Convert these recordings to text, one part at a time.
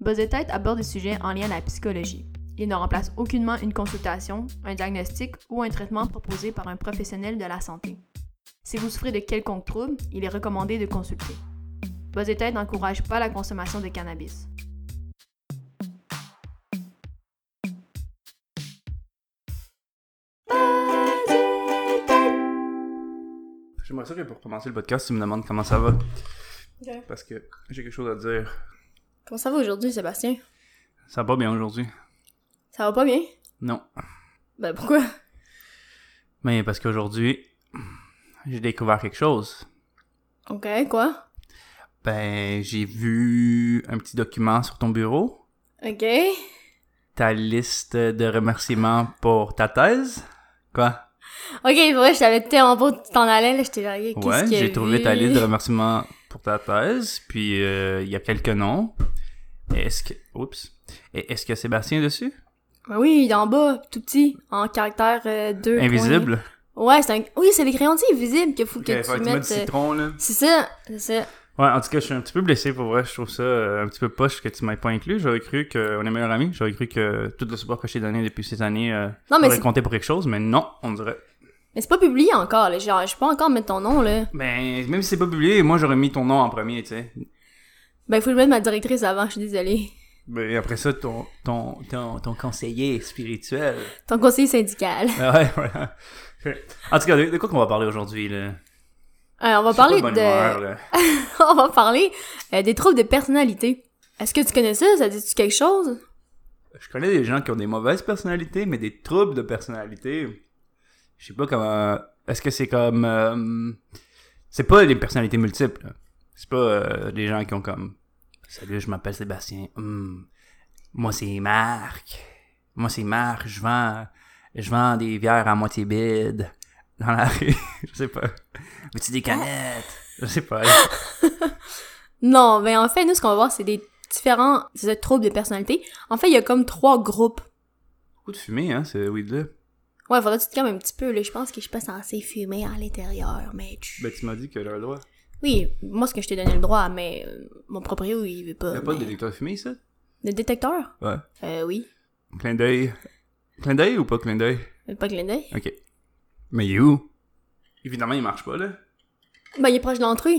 Buzz Tête aborde des sujets en lien à la psychologie. Il ne remplace aucunement une consultation, un diagnostic ou un traitement proposé par un professionnel de la santé. Si vous souffrez de quelconque trouble, il est recommandé de consulter. Buzz Tête n'encourage pas la consommation de cannabis. J'aimerais ça que pour commencer le podcast, tu me demandes comment ça va. Ok. Parce que j'ai quelque chose à dire. Comment ça va aujourd'hui, Sébastien? Ça va pas bien aujourd'hui. Ça va pas bien? Non. Ben pourquoi? Mais parce qu'aujourd'hui, j'ai découvert quelque chose. Ok, quoi? Ben, j'ai vu un petit document sur ton bureau. Ok. Ta liste de remerciements pour ta thèse. Quoi? Ok, pour vrai, je savais tellement pas où tu t'en allais, là, j'étais genre, qu'est-ce ouais, qu'il a j'ai trouvé vu? ta liste de remerciements pour ta thèse. Puis, euh, il y a quelques noms. Est-ce que... Oups. Et Est-ce que Sébastien est dessus? Ben oui, d'en bas, tout petit, en caractère euh, 2. Invisible? Ouais, c'est un... Oui, c'est les crayons invisibles qu'il faut Ok, faut que tu tu mettes mettes... du euh, citron, là. C'est ça, c'est ça. Ouais, en tout cas, je suis un petit peu blessé pour vrai. Je trouve ça euh, un petit peu poche que tu m'aies pas inclus. J'aurais cru qu'on est meilleurs amis. J'aurais cru que tout le support que je t'ai donné depuis ces années euh, Non, mais aurait c'est- compté pour quelque chose, mais non, on dirait. Mais c'est pas publié encore, là, genre, je peux pas encore mettre ton nom, là. Ben, même si c'est pas publié, moi j'aurais mis ton nom en premier, tu sais. Ben, faut que je mette ma directrice avant, je suis désolée. Ben, après ça, ton, ton, ton, ton conseiller spirituel. Ton conseiller syndical. Ah ouais, ouais. Ok. En tout cas, de, de quoi qu'on va parler aujourd'hui, là? Euh, on va Je suis pas parler bonne de... humeur, là. on va parler euh, des troubles de personnalité. Est-ce que tu connais ça? Ça dit-tu quelque chose? Je connais des gens qui ont des mauvaises personnalités, mais des troubles de personnalité. Je sais pas comment. Est-ce que c'est comme. euh, C'est pas des personnalités multiples. là. C'est pas euh, des gens qui ont comme. Salut, je m'appelle Sébastien. Hmm. Moi, c'est Marc. Moi, c'est Marc. Je vends. Je vends des bières à moitié bide dans la rue. je sais pas. Veux-tu des canettes? Je sais pas. Non, mais en fait, nous, ce qu'on va voir, c'est des différents c'est ça, troubles de personnalité. En fait, il y a comme trois groupes. Beaucoup de fumée, hein, ce weed-là. Ouais, faudrait que tu te calmes un petit peu, là. Je pense que je suis pas censée fumer à l'intérieur, mais... tu- Ben, tu m'as dit que j'avais le droit. Oui, moi, ce que je t'ai donné le droit, mais euh, mon proprio, il veut pas. Y'a pas de mais- détecteur de fumée, ça? Le détecteur? Ouais. Euh, oui. Clin d'œil. Clin d'œil ou pas clin d'œil? Mais pas clin d'œil. Ok. Mais il est où? Évidemment, il marche pas, là. Ben, il est proche de l'entrée.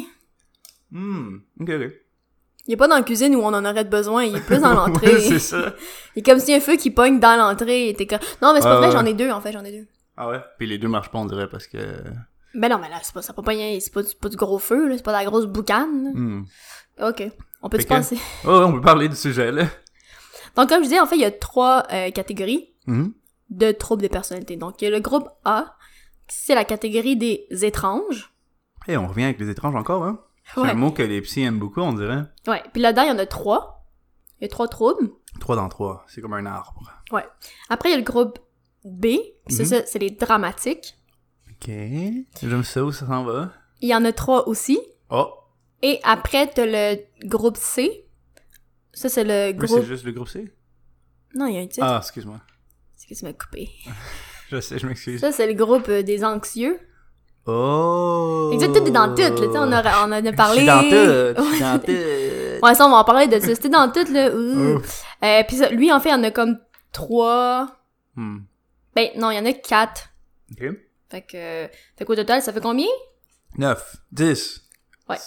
Hmm. Ok, ok. Il est pas dans la cuisine où on en aurait besoin, il est plus dans l'entrée. Ouais, c'est ça. il est comme si un feu qui pogne dans l'entrée était comme... Non, mais c'est pas vrai, Ouais, ouais. j'en ai deux, en fait, j'en ai deux. Ah ouais? Puis les deux marchent pas, on dirait, parce que. Ben non, mais là, c'est pas, ça peut pas rien, c'est pas, du- c'est pas du gros feu, là, c'est pas de la grosse boucane. Hmm. là. Ok, on peut se Ok. passer. Oh, on peut parler du sujet, là. Donc, comme je disais, en fait, il y a trois euh, catégories Hmm. de troubles de personnalité. Donc, il y a le groupe A, c'est la catégorie des étranges. Et on revient avec les étranges encore, hein? C'est Ouais. un mot que les psys aiment beaucoup, on dirait. Ouais, puis là-dedans, il y en a trois. Il y a trois troubles. Trois dans trois. C'est comme un arbre. Après, il y a le groupe B, puis ça, Mhm. ça, c'est les dramatiques. Ok. J'aime ça où ça s'en va. Il y en a trois aussi. Oh! Et après, t'as le groupe C. Ça, c'est le Eux, c'est groupe... juste le groupe C? Non, il y a un titre. Ah, excuse-moi. C'est que tu m'as coupé. Je sais, je m'excuse. Ça, c'est le groupe euh, des anxieux. Oh! Fait que ça, tout est dans tout, là, tu sais, on, aura- on en a parlé. Je suis dans tout! Je suis Ouais. dans tout! Ouais, ça, on va en parler de ça. C'était dans tout, là. ouh. Ouf. Euh, puis ça, lui, en fait, il y en a comme trois. Hmm. Ben, non, il y en a quatre. Ok. Fait que. euh, Fait qu'au total, ça fait combien? 9, 10. Ouais.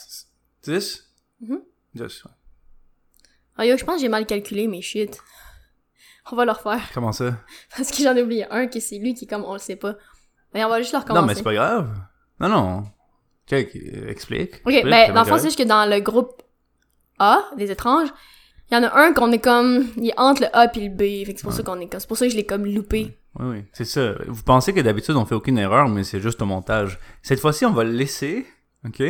10? Mhm. 10, ouais. Ah, yo, je pense que j'ai mal calculé, mais shit. On va le refaire. Comment ça? Parce que j'en ai oublié un, que c'est lui qui, est comme, on le sait pas. Mais on va juste le recommencer. non, mais c'est pas grave. Non, non. Ok, euh, explique. Ok, ben, dans le fond, c'est juste que dans le groupe A, des étranges, il y en a un qu'on est comme. Il est entre le A puis le B. Fait que c'est pour ça qu'on est comme. C'est pour ça que je l'ai comme loupé. Oui, oui, c'est ça. Vous pensez que d'habitude, on fait aucune erreur, mais c'est juste au montage. Cette fois-ci, on va le laisser, ok?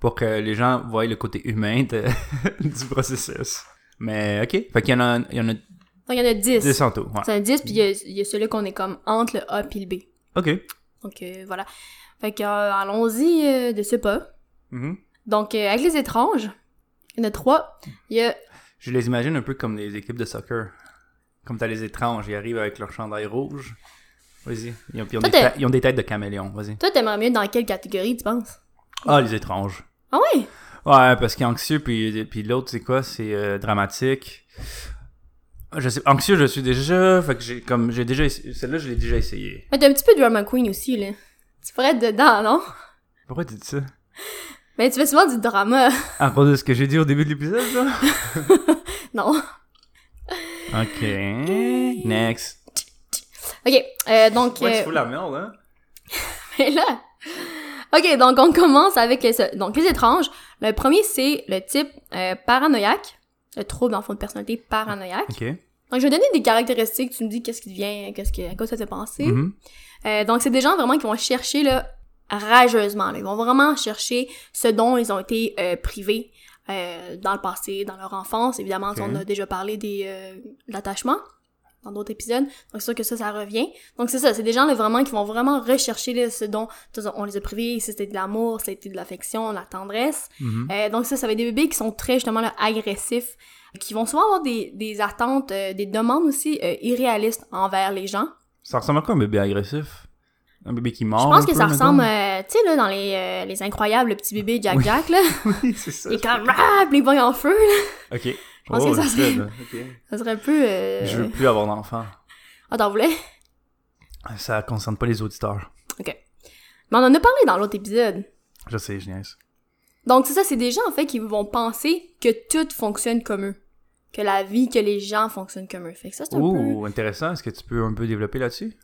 Pour que les gens voient le côté humain de- du processus. Mais ok, fait qu'il y en a, il y en a Donc, il y en a 10. 10 en tout. Ouais. C'est un 10, puis il y a, il y a celui qu'on est comme entre le A puis le B. Ok. Donc, euh, voilà. Fait que, euh, allons-y euh, de ce pas. Mhm. Donc, euh, avec les étranges, il y en a trois. Il y a... Je les imagine un peu comme les équipes de soccer. Comme t'as les étranges, ils arrivent avec leur chandail rouge. Vas-y. Ils ont, puis ils ont Toi, des, t'es- têtes- ils ont des têtes de caméléon, vas-y. Toi, t'aimerais mieux dans quelle catégorie, tu penses? Ah, les étranges. Ah ouais? Ouais, parce qu'il est anxieux, puis, puis l'autre, c'est quoi? C'est euh, dramatique. Ah, Je sais, anxieux, je suis déjà. Fait que j'ai comme j'ai déjà essa- Celle-là, je l'ai déjà essayé. Mais t'es un petit peu drama queen aussi, là. Tu pourrais être dedans, non? Pourquoi tu dis ça? Mais tu fais souvent du drama. À cause de ce que j'ai dit au début de l'épisode, là? non. Ok. Next. Ok, euh, donc... Ouais, euh, tu fous la merde, hein? Mais là. OK, donc on commence avec les, donc les étranges. Le premier, c'est le type euh, paranoïaque, le trouble en fond de personnalité paranoïaque. Ok. Donc je vais donner des caractéristiques, tu me dis qu'est-ce qui devient, qu'est-ce que, à quoi ça te fait penser. Mhm. Euh, donc c'est des gens vraiment qui vont chercher là, rageusement, là. ils vont vraiment chercher ce dont ils ont été euh, privés euh, dans le passé, dans leur enfance. Évidemment, Ok. on a déjà parlé des euh, de l'attachement dans d'autres épisodes. Donc c'est sûr que ça, ça revient. Donc c'est ça, c'est des gens là, vraiment qui vont vraiment rechercher là, ce dont on les a privés, si c'était de l'amour, si c'était de l'affection, de la tendresse. Mhm. Euh, donc ça, ça va être des bébés qui sont très justement là, agressifs, qui vont souvent avoir des, des attentes, euh, des demandes aussi euh, irréalistes envers les gens. Ça ressemble à quoi un bébé agressif? Un bébé qui mord? Je pense un que peu, ça mettons? ressemble, euh, tu sais, là, dans les, euh, les incroyables petits bébés Jack Oui. Jack, là. oui, c'est ça. les comme, ah, puis les boys en feu, là. Ok. Je pense que ça serait- Ça serait un peu... euh, Je veux plus avoir d'enfant. Ah, t'en voulais? Ça concerne pas les auditeurs. Mais on en a parlé dans l'autre épisode. Je sais, je niaise. Donc c'est ça, c'est des gens, en fait, qui vont penser que tout fonctionne comme eux. Que la vie, que les gens fonctionnent comme eux. Fait que ça, c'est un peu... Ouh, intéressant. Est-ce que tu peux un peu développer là-dessus?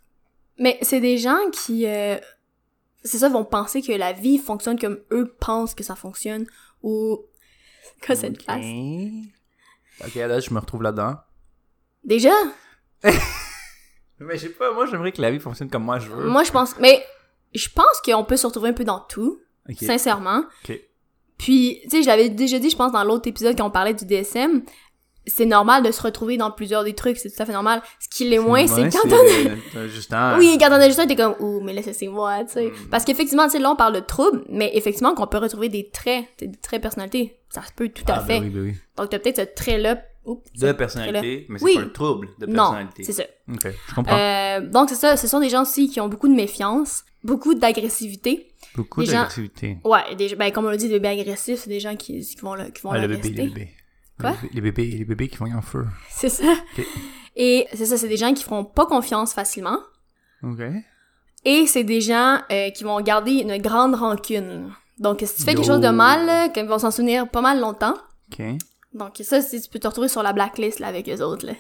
Mais c'est des gens qui, euh, c'est ça, vont penser que la vie fonctionne comme eux pensent que ça fonctionne ou que c'est Ok. une place. Ok, là, je me retrouve là-dedans. Déjà, Mais je sais pas, moi, j'aimerais que la vie fonctionne comme moi je veux. moi je pense, mais je pense qu'on peut se retrouver un peu dans tout, Ok. sincèrement. Ok. Puis, tu sais, je l'avais déjà dit, je pense, dans l'autre épisode quand on parlait du DSM, c'est normal de se retrouver dans plusieurs des trucs, c'est tout à fait normal. Ce qui l'est moins, c'est quand on on... Juste un... Oui, quand on a juste ça, t'es comme, ouh, mais là, ça, c'est moi, tu sais. Mm. Parce qu'effectivement, tu sais, là, on parle de trouble, mais effectivement, qu'on peut retrouver des traits, tu sais, des traits de personnalité. Ça se peut tout à Ah, ben fait. oui, ben oui. Donc, t'as peut-être ce trait-là. Oups, ce De personnalité, mais c'est Oui. pas un trouble de Non, personnalité. Ah. c'est ça. Ok, je comprends. Euh, donc, c'est ça. Ce sont des gens aussi qui ont beaucoup de méfiance, beaucoup d'agressivité. Beaucoup les gens- d'activités. Ouais, des, ben, comme on l'a dit, des bébés agressifs, c'est des gens qui, qui vont le, qui vont Ah, le bébé, l'agresser. le bébé. Quoi? Les bébés, les bébés, les bébés qui font en feu. C'est ça. Ok. Et c'est ça, c'est des gens qui feront pas confiance facilement. Ok. Et c'est des gens euh, qui vont garder une grande rancune. Donc, si tu fais quelque Yo. chose de mal, là, qu'ils vont s'en souvenir pas mal longtemps. Ok. Donc, ça, c'est- tu peux te retrouver sur la blacklist là, avec les autres. Là.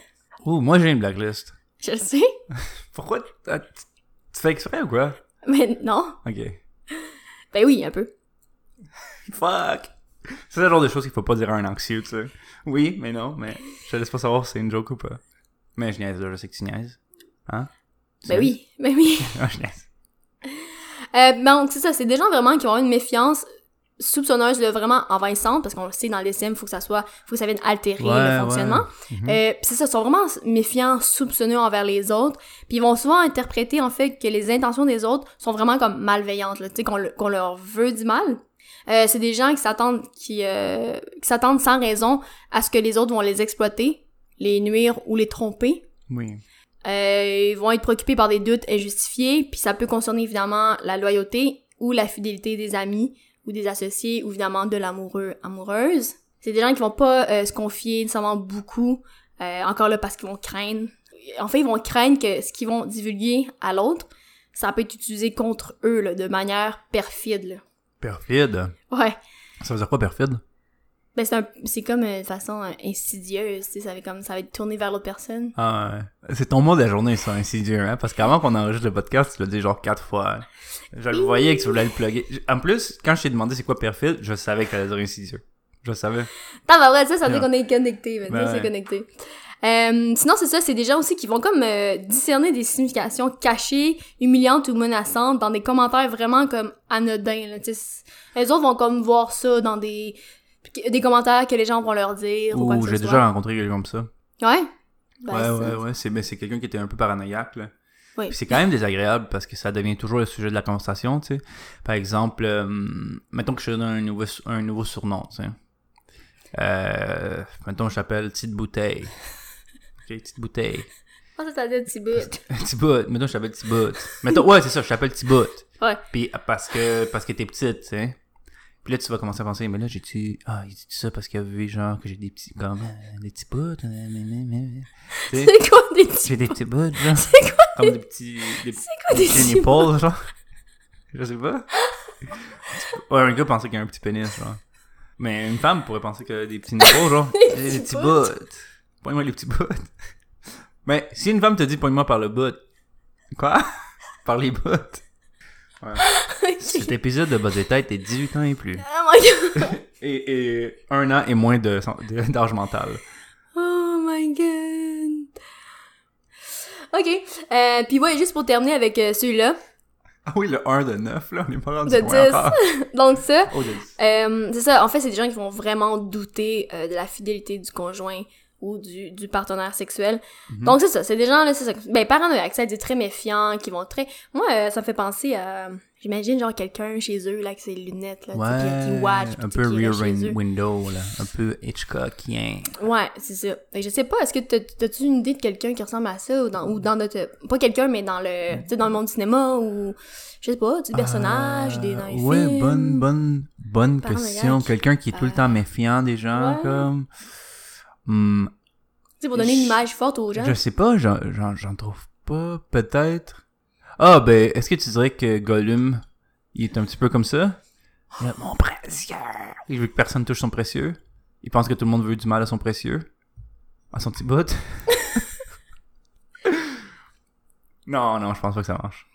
Oh, moi, j'ai une blacklist. Je le sais, Pourquoi? t- ah, t- Tu fais exprès ou quoi? mais non. Ok. Ben oui, un peu. Fuck! C'est le genre de choses qu'il faut pas dire à un anxieux, tu sais. Oui, mais non, mais je te laisse pas savoir si c'est une joke ou pas. Mais je niaise, là, je sais que tu niaises. Hein? Tu Ben niaises? oui, ben oui. Ah, je niaise. Euh, donc, c'est ça, c'est des gens vraiment qui ont une méfiance soupçonneuse, là, vraiment envahissante, parce qu'on le sait, dans les SIM, faut que ça soit, faut que ça vienne altérer Ouais, le fonctionnement. ouais. Mhm. Euh, pis c'est ça, ils sont vraiment méfiants, soupçonneux envers les autres, puis ils vont souvent interpréter, en fait, que les intentions des autres sont vraiment comme malveillantes, là, tu sais, qu'on le- qu'on leur veut du mal. Euh, c'est des gens qui s'attendent, qui, euh, qui s'attendent sans raison à ce que les autres vont les exploiter, les nuire ou les tromper. Oui. Euh, ils vont être préoccupés par des doutes injustifiés, puis ça peut concerner évidemment la loyauté ou la fidélité des amis ou des associés ou évidemment de l'amoureux, amoureuse. C'est des gens qui vont pas euh, se confier nécessairement beaucoup, euh, encore là parce qu'ils vont craindre. En fait, ils vont craindre que ce qu'ils vont divulguer à l'autre, ça peut être utilisé contre eux là, de manière perfide. Perfide. Là. Ouais. Ça veut dire quoi, perfide? Ben c'est un- c'est comme une façon euh, insidieuse, tu sais, ça va comme ça va être tourné vers l'autre personne. Ah, ouais. c'est ton mot de la journée, ça, insidieux, hein? Parce qu'avant qu'on enregistre le podcast, tu l'as dit genre quatre fois. hein. Je le voyais que tu voulais le plugger. En plus, quand je t'ai demandé c'est quoi perfide, je savais que t'allais dire insidieux. Je savais. T'as pas vrai, Ah, bah ça, ça veut Non. dire qu'on est connecté. Maintenant, Ben c'est ouais. connecté. Euh, sinon, c'est ça, c'est des gens aussi qui vont comme euh, discerner des significations cachées, humiliantes ou menaçantes dans des commentaires vraiment comme anodins. Là, tu sais. C'est- les autres vont comme voir ça dans des, des commentaires que les gens vont leur dire ou quoi Ouh, que j'ai ce déjà soit. rencontré quelqu'un comme ça. Ouais? Ben, ouais, ça- ouais, ouais, c'est mais c'est quelqu'un qui était un peu paranoïaque là. Oui. Puis c'est quand même désagréable parce que ça devient toujours le sujet de la conversation, tu sais. Par exemple, euh, mettons que je te donne un nouveau un nouveau surnom, tu sais. Euh, mettons je t'appelle petite bouteille. OK, petite bouteille. Ah, ça, ça dit un petit bout. Tibout, mettons je t'appelle Tibout. Mettons ouais, c'est ça, je t'appelle Tibout. Ouais. Puis euh, parce que parce que t'es petite, tu sais. Puis là, tu vas commencer à penser, mais là, j'ai-tu. Ah, il dit ça parce qu'il a vu, genre, que j'ai des petits. Comment Des petits bouts. euh, mais, mais, mais. Tu sais, C'est quoi des petits... J'ai des petits bouts, genre. C'est quoi, Comme des petits. Des c'est quoi des petits petits... nipples, genre. Je sais pas. Ouais, un gars pensait qu'il y a un petit pénis, genre. Mais une femme pourrait penser que des petits nipples, genre. Des petits J'ai des petits bouts. bouts. Pogne-moi les petits bouts. Mais si une femme te dit, pogne-moi par le bout. Quoi Par les bouts. Cet épisode de Buzz et Tête est 18 ans et plus. Oh my god. Et, et un an et moins de de- d'âge mental. Oh my god. Ok. Euh, puis ouais, juste pour terminer avec euh, celui-là. Ah oui, le 1 de 9, là, on est pas rendu De loin 10. encore. Donc ça, Oh, de 10. euh, c'est ça. En fait, c'est des gens qui vont vraiment douter euh, de la fidélité du conjoint ou du, du partenaire sexuel. Mhm. Donc c'est ça. C'est des gens là, c'est ça. Ben paranoïaques, ça dit très méfiants, qui vont très. Moi, euh, ça me fait penser à. J'imagine genre quelqu'un chez eux là avec ses lunettes là, tu sais, qui- qui watch, puis un tu- peu qui est Rear là chez eux. Window, là. Un peu Hitchcockien. Ouais, c'est ça. Fait que je sais pas, est-ce que t'as- t'as-tu une idée de quelqu'un qui ressemble à ça ou dans, ou dans notre. Pas quelqu'un, mais dans le. Tu sais, dans le monde du cinéma ou. Je sais pas, du personnage, des. Dans les Euh, Ah, Ouais, films. bonne, bonne, bonne Paranoïaque. question. Quelqu'un qui est tout le Euh, temps méfiant des gens, ouais. comme. Hmm, Tu sais, pour donner une Je- image forte aux gens. je sais pas, j'en- j'en j'en trouve pas, peut-être. Ah, ben, est-ce que tu dirais que Gollum, il est un petit peu comme ça? Il a mon précieux! Il veut que personne touche son précieux. Il pense que tout le monde veut du mal à son précieux. À son petit bout. non, non, je pense pas que ça marche.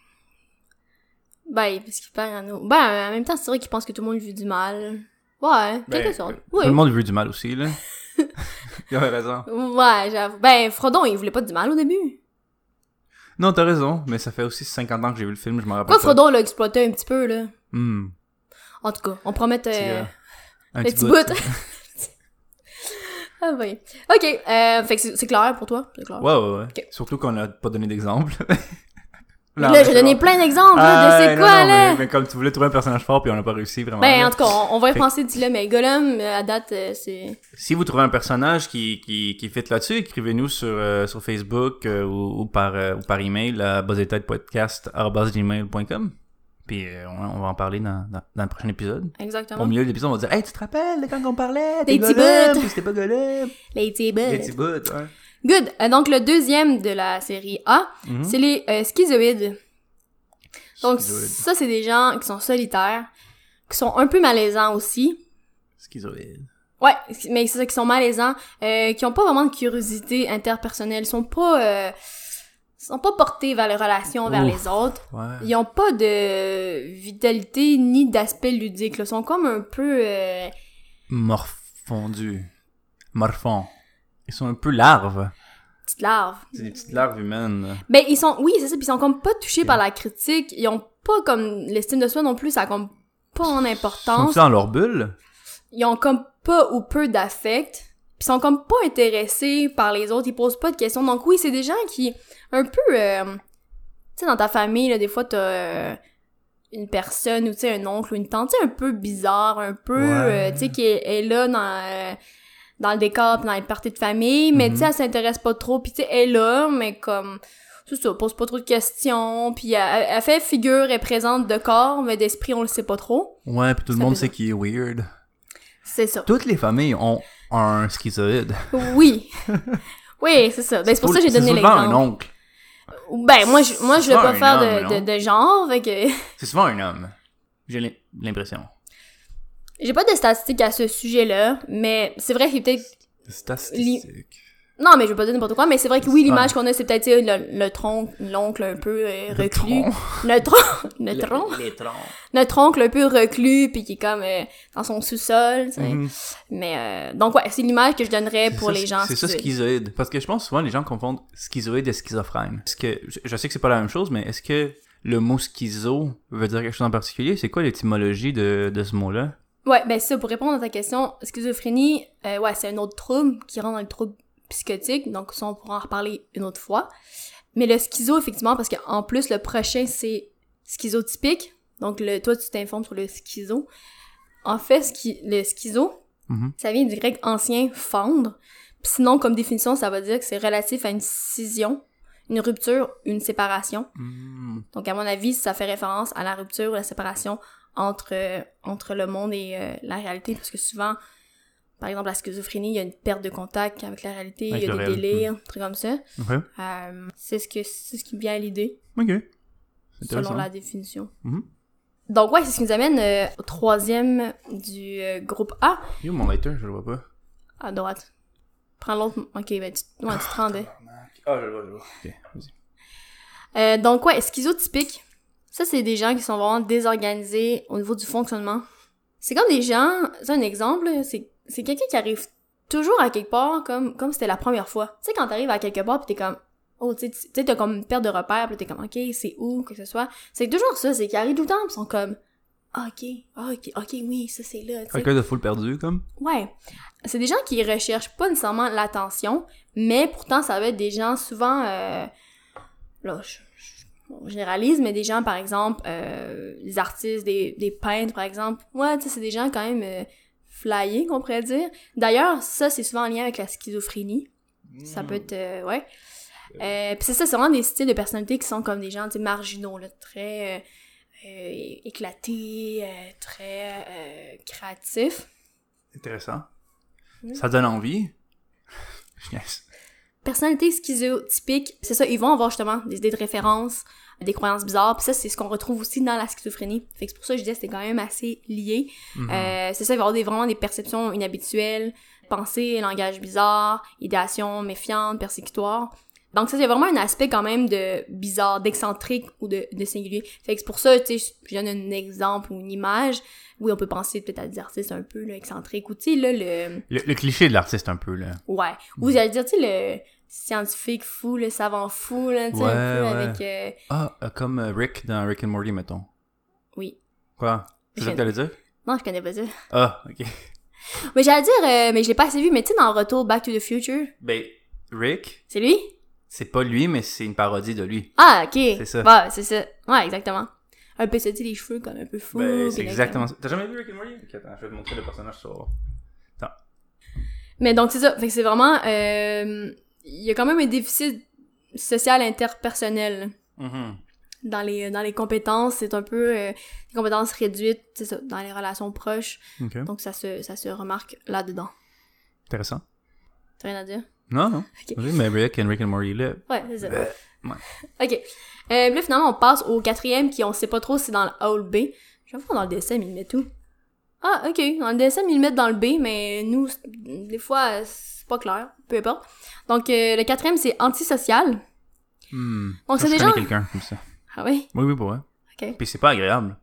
Ben, parce qu'il perd un autre. Ben, en même temps, c'est vrai qu'il pense que tout le monde lui du mal. Ouais, quelque sorte. Oui. Ben, Tout le monde veut du mal aussi, là. il avait raison. Ouais, j'avoue. Ben, Frodon, il voulait pas du mal au Ben, début. Non, t'as raison, mais ça fait aussi 50 ans que j'ai vu le film, je m'en rappelle Pourquoi pas. Frodon l'a exploité un petit peu, là? Hmm, En tout cas, on promet. petit, euh, euh, un le petit bout. ah, oui. Ok, euh, fait que c'est c'est clair pour toi? C'est clair. Ouais, ouais, ouais. Ah Ok. Surtout qu'on n'a pas donné d'exemple. Là, Non, mais j'ai c'est donné bon. plein d'exemples là, Ah, de c'est non, quoi, non, là. Mais, mais comme tu voulais trouver un personnage fort puis on n'a pas réussi vraiment. Ben, là. en tout cas, on, on va y Fait- penser d'ici là, mais Gollum, euh, à date, euh, c'est... Si vous trouvez un personnage qui, qui, qui fit là-dessus, écrivez-nous sur, euh, sur Facebook euh, ou, ou par, euh, ou par email à buzzetêtepodcast.com. Puis euh, on, on va en parler dans, dans, dans le prochain épisode. Exactement. Au milieu de l'épisode, on va dire Hey, tu te rappelles de quand on parlait Ah Des T'es petits Gollum, bouts. Euh. puis C'était pas Golem Les Des Tibets. petits bouts, ouais. Good. Euh, donc, le deuxième de la série A, Mhm. c'est les euh, schizoïdes. Donc, Schizoïde. ça, c'est des gens qui sont solitaires, qui sont un peu malaisants aussi. Schizoïde. Ouais, mais c'est ça, qui sont malaisants, euh, qui ont pas vraiment de curiosité interpersonnelle, sont pas... euh, sont pas portés vers les relations, vers Ouf. les autres. Ouais. Ils ont pas de vitalité ni d'aspect ludique. Là. Ils sont comme un peu... euh, Morfondus. Morfond. Ils sont un peu larves. petites larves. C'est des petites larves humaines. Ben, ils sont, oui, c'est ça, puis ils sont comme pas touchés Ok. par la critique, ils ont pas comme l'estime de soi non plus, ça a comme pas en Sont-ils importance, dans leur bulle? ils ont comme pas ou peu d'affect, puis ils sont comme pas intéressés par les autres, ils posent pas de questions, donc oui, c'est des gens qui, un peu, euh, tu sais, dans ta famille, là, des fois, t'as euh, une personne ou, tu sais, un oncle ou une tante, tu sais, un peu bizarre, un peu, Ouais. euh, tu sais, qui est, est là dans... euh, dans le décor, puis dans les parties de famille, mais Mhm. tu sais, elle s'intéresse pas trop, puis tu sais, elle est là, mais comme, tout ça, pose pas trop de questions, puis elle, elle fait figure et présente de corps, mais d'esprit, on le sait pas trop. Ouais, puis tout le Ça monde fait sait qu'il est weird. C'est ça. Toutes les familles ont un schizoïde. Oui. Oui, c'est ça. Ben, c'est pour ça que j'ai donné C'est souvent un l'exemple. oncle. Ben, moi, je, moi, je C'est veux pas souvent faire un de, homme, de, de genre, fait que C'est souvent un homme. J'ai l'im- l'impression. j'ai pas de statistiques à ce sujet-là, mais c'est vrai qu'il y a peut-être Statistique. Non, mais je veux pas dire n'importe quoi, mais c'est vrai que oui, Ouais. l'image qu'on a, c'est peut-être tu sais, le, le tronc, l'oncle un peu euh, Le reclus. tronc. Le tronc. Le Le- tronc. Les troncs. Notre oncle un peu reclus, puis qui est comme euh, dans son sous-sol, tu sais. Mhm. Mais, euh, donc ouais, c'est l'image que je donnerais pour C'est ça, les gens. C'est ça, schizoïdes. schizoïde. Parce que je pense souvent les gens confondent schizoïde et schizophrène. Est-ce que, je- je sais que c'est pas la même chose, mais est-ce que le mot schizo veut dire quelque chose en particulier? C'est quoi l'étymologie de, de ce mot-là? Ouais, ben c'est ça, pour répondre à ta question, schizophrénie, euh, ouais, c'est un autre trouble qui rentre dans le trouble psychotique, donc ça, on pourra en reparler une autre fois. Mais le schizo, effectivement, parce qu'en plus, le prochain, c'est schizotypique, donc le, toi, tu t'informes sur le schizo. En fait, ce qui- le schizo, Mhm. ça vient du grec ancien « fendre », Puis sinon, comme définition, ça va dire que c'est relatif à une scission, une Hmm. rupture, une séparation. Donc, à mon avis, ça fait référence à la rupture ou la séparation entre, euh, entre le monde et euh, la réalité, parce que souvent, par exemple, la schizophrénie, il y a une perte de contact avec la réalité, Avec il y a le des réel, Mm. délires, des trucs comme ça. Ok. Euh, c'est ce que c'est ce qui me vient à l'idée, Ok. selon Intéressant. la définition. Mhm. Donc ouais, c'est ce qui nous amène euh, au troisième du euh, groupe A, Yo, mon lighter, je le vois pas. à droite. Prends l'autre. Ok, ben tu, ouais, tu te rendais. Ah, je le vois, je le vois. Ok, vas-y. Euh, donc ouais, schizotypique. Ça, c'est des gens qui sont vraiment désorganisés au niveau du fonctionnement. C'est comme des gens, c'est un exemple, là, c'est c'est quelqu'un qui arrive toujours à quelque part comme comme c'était la première fois. Tu sais, quand t'arrives à quelque part pis t'es comme, oh, tu sais, tu sais, t'as comme une perte de repères pis t'es comme, ok, c'est où, que ce soit. C'est toujours ça, c'est qu'ils arrivent tout le temps pis sont comme, Ah, ok, ah, ok, ok, oui, ça c'est là, tu sais. Quelqu'un de full perdu, comme Ouais. C'est des gens qui recherchent pas nécessairement l'attention, mais pourtant, ça va être des gens souvent... euh, là, je, je- on généralise, mais des gens, par exemple, euh, les artistes, des, des peintres, par exemple. Ouais, tu sais, c'est des gens quand même euh, flyés, qu'on pourrait dire. D'ailleurs, ça, c'est souvent en lien avec la schizophrénie. Ça Hmm. Mm. peut être... euh, ouais. Euh, Puis c'est ça, c'est vraiment des styles de personnalité qui sont comme des gens, tu sais, marginaux, là, très... euh, euh, éclatés, euh, très euh, créatifs. Intéressant. Oui. Euh, Ça donne envie. Je niaise. personnalité schizotypique, c'est ça, ils vont avoir justement des idées de référence, des croyances bizarres, puis ça, c'est ce qu'on retrouve aussi dans la schizophrénie. Fait que c'est pour ça que je disais, c'était quand même assez lié. Mhm. Euh, c'est ça, il va y avoir des, vraiment des perceptions inhabituelles, pensées, langage bizarre, idéation méfiante, persécutoire. Donc ça, c'est vraiment un aspect quand même de bizarre, d'excentrique ou de, de singulier. Fait que c'est pour ça, tu sais, je donne un exemple ou une image. Oui, on peut penser peut-être à des artistes un peu là, excentriques ou tu sais, là, le... Le, le cliché de l'artiste, un peu, là. Ouais. Mm. Ou vous allez dire, tu sais, le scientifique fou, le savant fou, là, tu sais, un peu Ouais, ouais. avec... euh, Ah, euh, comme euh, Rick dans Rick and Morty, mettons. Oui. Quoi C'est ça que t'allais dire Non, je connais pas ça. Ah, ok. Mais j'allais dire, euh, mais je l'ai pas assez vu, mais tu sais, dans Retour Back to the Future, Ben, Rick, c'est lui? c'est pas lui, mais c'est une parodie de lui. Ah, ok. C'est ça. Ouais, c'est ça. Ouais, exactement. Un peu, ça, tu sais, les cheveux comme un peu fous. ben, c'est puis là, exactement ça. T'as jamais vu Rick and Morty Ok, attends, je vais te montrer le personnage sur. Mais donc, c'est ça. Fait que c'est vraiment... euh, Il y a quand même un déficit social interpersonnel Mhm. dans les, dans les compétences. C'est un peu euh, des compétences réduites, c'est ça, dans les relations proches. Ok. Donc, ça se, ça se remarque là-dedans. Intéressant. T'as rien à dire? Non, non. Ok. Oui, mais Rick and Rick and Morty, là. Ben, Ouais, c'est ça. Ouais. Ok. Euh, puis là, finalement, on passe au quatrième qui, on sait pas trop si c'est dans le A ou le B. Je vais voir dans le DSM, ils le mettent tout. Ah, ok. Dans le DSM, ils le mettent dans le B, mais nous, c'est- des fois, euh, c'est pas clair. Peu importe. Donc, euh, le quatrième, c'est antisocial. Hmm. Donc, Ça, c'est je des connais gens... quelqu'un comme ça. Ah oui? Oui, oui, pour vrai. Ok. Puis c'est pas agréable.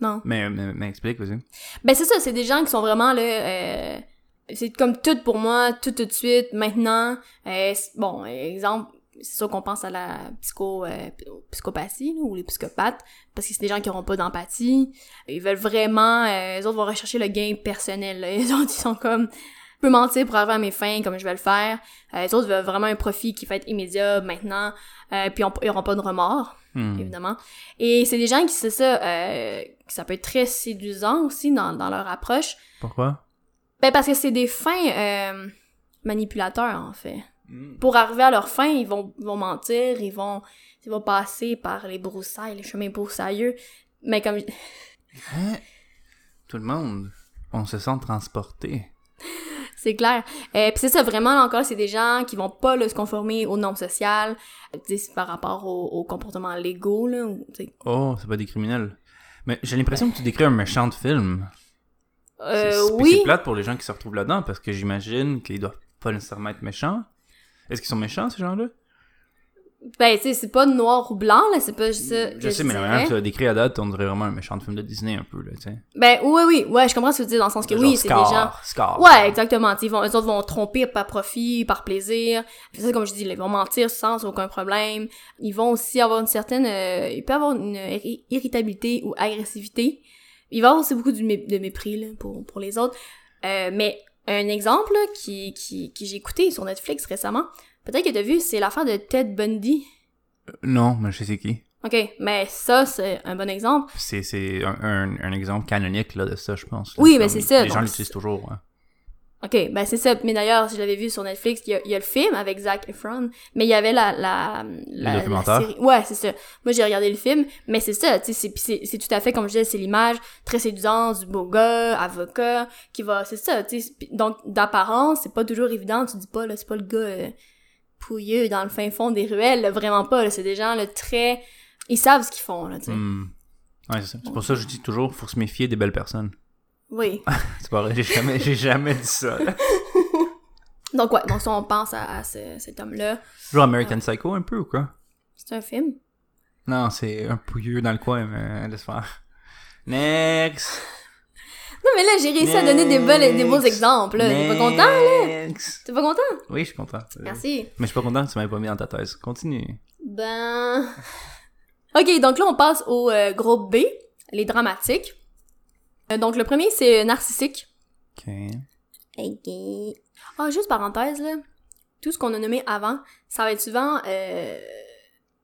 Non. Mais, mais, mais explique, vas-y. Ben, c'est ça, c'est des gens qui sont vraiment, là... euh, c'est comme tout pour moi, tout tout de suite, maintenant. Euh, c'est- bon, exemple... C'est sûr qu'on pense à la psycho, euh, psychopathie là, ou les psychopathes, parce que c'est des gens qui n'auront pas d'empathie. Ils veulent vraiment... Euh, les autres vont rechercher le gain personnel. là. Les autres, ils sont comme... Je peux mentir pour arriver à mes fins comme je vais le faire. Euh, les autres veulent vraiment un profit qui va être immédiat, maintenant. Euh, puis on- ils n'auront pas de remords, Hmm. évidemment. Et c'est des gens qui, c'est ça, euh, que ça peut être très séduisant aussi dans, dans leur approche. Pourquoi Ben parce que c'est des fins euh, manipulateurs, en fait Hmm. pour arriver à leur fin, ils vont, ils vont mentir, ils vont, ils vont passer par les broussailles, les chemins broussailleux. Mais comme je- Hein? Tout le monde, on se sent transporté. c'est clair. Euh, Puis c'est ça, vraiment, là encore, c'est des gens qui vont pas là, se conformer aux normes sociales, euh, tu sais, c'est par rapport aux, aux comportements légaux, là. ou, tu sais. Oh, c'est pas des criminels. Mais j'ai l'impression que tu décris un méchant de film. C'est- Euh, c'est- oui, C'est plate pour les gens qui se retrouvent là-dedans parce que j'imagine qu'ils doivent pas nécessairement être méchants. Est-ce qu'ils sont méchants, ces gens-là ben, tu sais, c'est pas noir ou blanc, là, c'est pas ça. que Je sais, mais la dirais. manière que tu l'as décrit à date, on dirait vraiment un méchant de film de Disney un peu, là, tu sais. Ben, oui, oui, ouais, je comprends ce que tu dis dans le sens que Genre oui, c'est des Scar, gens. Scar. Ouais, exactement. T'sais, Ils vont, eux autres vont tromper par profit, par plaisir. C'est ça, comme je dis, là, ils vont mentir sans aucun problème. Ils vont aussi avoir une certaine... euh, ils peuvent avoir une irri- irritabilité ou agressivité. Ils vont avoir aussi beaucoup du mé- de mépris là, pour, pour les autres. Euh, mais un exemple là, qui, qui, qui j'ai écouté sur Netflix récemment, peut-être que t'as vu, c'est l'affaire de Ted Bundy. Non, mais je sais c'est qui. OK, mais ça, c'est un bon exemple. C'est- C'est un, un- un exemple canonique là, de ça, je pense. là. Oui, mais Comme c'est ça, Les gens donc l'utilisent toujours. hein. OK, ben c'est ça. Mais d'ailleurs, je l'avais vu sur Netflix, il y, a, il y a le film avec Zac Efron, mais il y avait la... la, la, la documentaire. série. Ouais, c'est ça. Moi, j'ai regardé le film, mais c'est ça, tu sais, c'est- puis c'est c'est tout à fait, comme je disais, c'est l'image très séduisante du beau gars, avocat, qui va... C'est ça, tu sais. puis Donc, d'apparence, c'est pas toujours évident. Tu dis pas, là, c'est pas le gars euh, pouilleux dans le fin fond des ruelles, là, vraiment pas. là. C'est des gens, là, très... Ils savent ce qu'ils font, là, tu sais. Hmm. Ouais, c'est ça. C'est pour ça que je dis toujours, faut se méfier des belles personnes. Oui. C'est pas vrai, j'ai jamais, j'ai jamais dit ça. Donc, ouais, donc ça, on pense à, à ce- cet homme-là. Genre American Psycho un peu ou quoi? C'est un film. Non, c'est un pouilleux dans le coin, mais laisse faire. Next! Non, mais là, j'ai réussi à donner des, belles- des beaux exemples. là. T'es pas content, là? T'es pas content? Oui, je suis content. Euh, Merci. Mais je suis pas content que tu m'avais pas mis dans ta thèse. Continue. Ben... OK, donc là, on passe au euh, groupe B, les dramatiques. Euh, donc, le premier, c'est narcissique. Ok. OK. Ah, juste parenthèse, là. Tout ce qu'on a nommé avant, ça va être souvent... euh,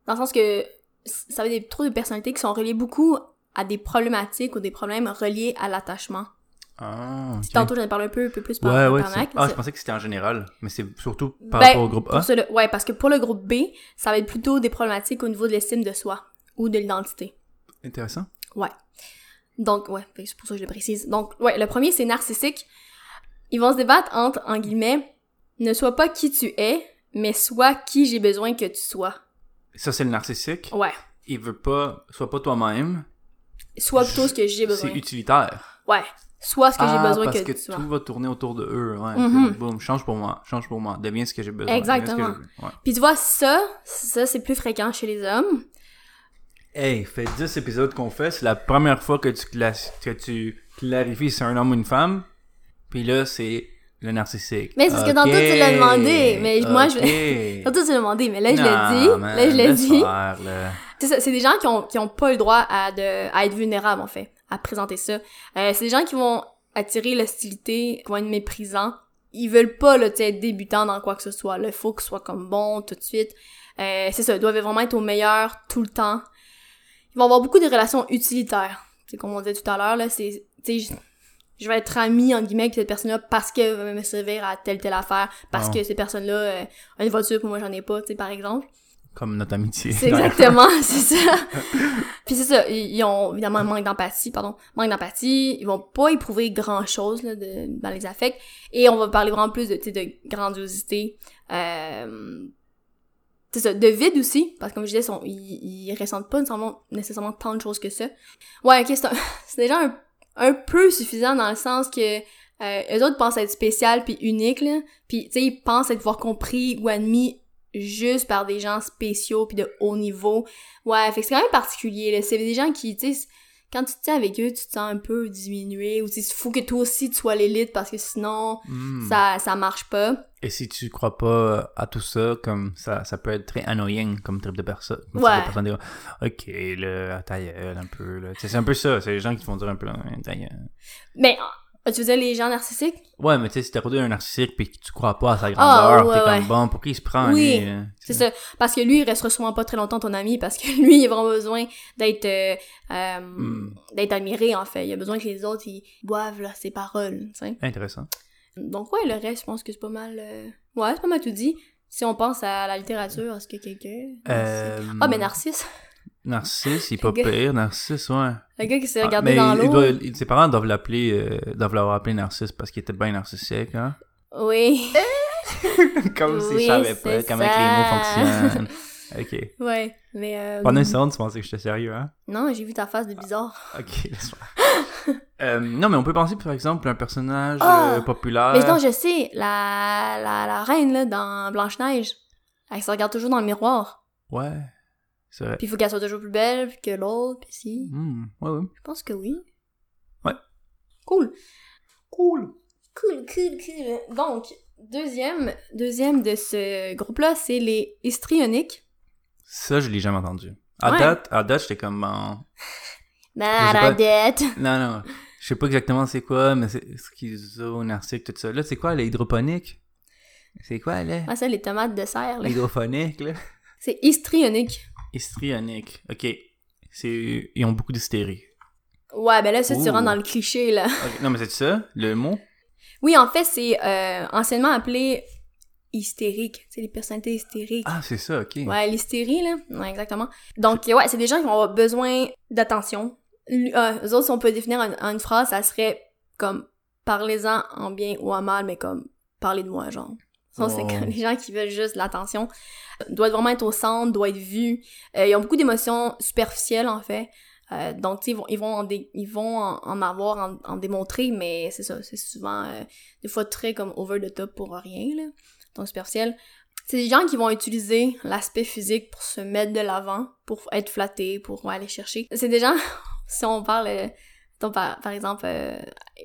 dans le sens que c- ça va être des trop de personnalités qui sont reliées beaucoup à des problématiques ou des problèmes reliés à l'attachement. Ah, ok. Tantôt, j'en ai parlé un peu, un peu plus par, Ouais, ouais. par c'est- Mac, mais Ah, ça- je pensais que c'était en général, mais c'est surtout par Ben, rapport au groupe pour A. ça, là, ouais, parce que pour le groupe B, ça va être plutôt des problématiques au niveau de l'estime de soi ou de l'identité. Intéressant. Donc, ouais, fait que c'est pour ça que je le précise. Donc, ouais, le premier, c'est narcissique. Ils vont se débattre entre, en guillemets, ne sois pas qui tu es, mais sois qui j'ai besoin que tu sois. Ça, c'est le narcissique. Ouais. Il veut pas, soit pas toi-même. Sois plutôt ce que j'ai besoin. C'est utilitaire. Ouais. Sois ce que Ah, j'ai besoin parce que, que, tu sois. tout va tourner autour de eux. Ouais. Mhm. C'est, Boum, change pour moi, change pour moi. Deviens ce que j'ai besoin. Exactement. deviens ce que j'ai besoin. Ouais. Puis tu vois, ça, ça, c'est plus fréquent chez les hommes. Hey, fait 10 épisodes qu'on fait, c'est la première fois que tu, classes- que tu clarifies si c'est un homme ou une femme. Puis là, c'est le narcissique. Mais c'est parce que tantôt, tu l'as demandé, mais moi, je- vais. Surtout, tu l'as demandé, mais là, je l'ai dit. Là, je l'ai dit. C'est ça, c'est des gens qui ont, qui ont pas le droit à, de, à être vulnérables, en fait, à présenter ça. Euh, c'est des gens qui vont attirer l'hostilité, qui vont être méprisants. Ils veulent pas, là, tu sais, être débutants dans quoi que ce soit. Là, faut que ce soit comme bon, tout de suite. Euh, c'est ça, ils doivent vraiment être au meilleur tout le temps. Ils vont avoir beaucoup de relations utilitaires. C'est comme on disait tout à l'heure, là, c'est, tu sais, je- je vais être ami, en guillemets, avec cette personne-là parce qu'elle va me servir à telle, telle affaire, parce Bon. que cette personne-là euh, a une voiture, pour moi, j'en ai pas, tu sais, par exemple. Comme notre amitié. C'est exactement, c'est ça. Puis c'est ça, ils ils ont évidemment un manque d'empathie, pardon, manque d'empathie, ils vont pas éprouver grand-chose là, de- dans les affects, et on va parler vraiment plus de, tu sais, de grandiosité, euh, c'est ça, de vide aussi, parce que comme je disais, sont, ils, ils ressentent pas nécessairement, nécessairement tant de choses que ça. Ouais, ok, c'est un- c'est déjà un, un peu suffisant dans le sens que euh, eux autres pensent être spécial puis unique, là, puis tu sais, ils pensent être pouvoir compris ou admis juste par des gens spéciaux puis de haut niveau. Ouais, fait que c'est quand même particulier, là. C'est des gens qui, tu sais, quand tu te tiens avec eux, tu te sens un peu diminué ou tu sais, c'est fou que toi aussi tu sois l'élite parce que sinon, Hmm. ça, ça marche pas. Et si tu crois pas à tout ça, comme ça, ça peut être très annoying comme trip de personne. Ouais. ok, là, ta gueule, un peu. Là. Tu sais, C'est un peu ça. C'est les gens qui te font dire un peu, là, ta gueule. Mais, ah, tu veux dire les gens narcissiques? Ouais, mais tu sais, si t'as côté un narcissique puis que tu crois pas à sa Ah, grandeur, ouais, t'es comme ouais. bon, pour qui il se prend Oui, lui, euh, C'est tu ça. Parce que lui, il restera souvent pas très longtemps ton ami parce que lui, il a vraiment besoin d'être euh, euh, Hmm. d'être admiré, en fait. Il a besoin que les autres, ils boivent là, ses paroles, tu sais. Intéressant. Donc ouais, le reste, je pense que c'est pas mal... euh, Ouais, c'est pas mal tout dit. Si on pense à la littérature, est-ce que quelqu'un... Euh, Ah, mais Narcisse. Narcisse, il est pas gars- pire. Narcisse, ouais. Le gars qui s'est Ah, regardé mais dans il- il l'eau. doit- il- ses parents doivent l'appeler, euh, doivent l'avoir appelé Narcisse parce qu'il était bien narcissique, hein. Oui. Comme s'il Oui, savait pas c'est comment que ça. les mots fonctionnent. Ok. Ouais. Mais... euh, Pendant une seconde, tu pensais que j'étais sérieux, hein? Non, j'ai vu ta face de bizarre. Ok, laisse moi Euh, non, mais on peut penser, par exemple, à un personnage Ah! euh, populaire. Mais non, je sais. La, la, la reine, là, dans Blanche-Neige. Elle se regarde toujours dans le miroir. Ouais, c'est vrai. Puis il faut qu'elle soit toujours plus belle puis que l'autre, puis si. Hmm, ouais, ouais. Je pense que oui. Ouais. Cool. Cool. Cool, cool, cool. Donc, deuxième, deuxième de ce groupe-là, c'est les histrioniques. Ça, je l'ai jamais entendu. À Ouais. date, à date, j'étais comme... en- Bah, Je sais pas. la dette. Non, non, je sais pas exactement c'est quoi, mais c'est schizo, narcissique, tout ça. Là, c'est quoi, l'hydroponique? C'est quoi, là? Ah, ça, les tomates de serre, là. L'hydrophonique, là? C'est histrionique. Histrionique. Ok. C'est... Ils ont beaucoup d'hystérie. Ouais, ben là, ça, tu Ouh. rentres dans le cliché, là. Ok, Non, mais c'est ça, le mot? Oui, en fait, c'est euh, anciennement appelé hystérique. C'est les personnalités hystériques. Ah, c'est ça, ok. Ouais, l'hystérie, là. Ouais, exactement. Donc, ouais, c'est des gens qui vont avoir besoin d'attention. L- euh, eux autres, si on peut définir en, en une phrase, ça serait comme parlez-en en bien ou en mal, mais comme parlez de moi, genre. Ça, c'est Oh. comme les gens qui veulent juste de l'attention. Doit vraiment être au centre, doit être vu. Euh, ils ont beaucoup d'émotions superficielles, en fait. Euh, donc, tu sais, ils vont, ils vont, en, dé- ils vont en, en avoir, en, en démontrer, mais c'est ça, c'est souvent euh, des fois très comme over the top pour rien, là. Donc, superficiel. C'est des gens qui vont utiliser l'aspect physique pour se mettre de l'avant, pour être flattés, pour aller chercher. C'est des gens, si on parle, euh, mettons, par, par exemple, euh,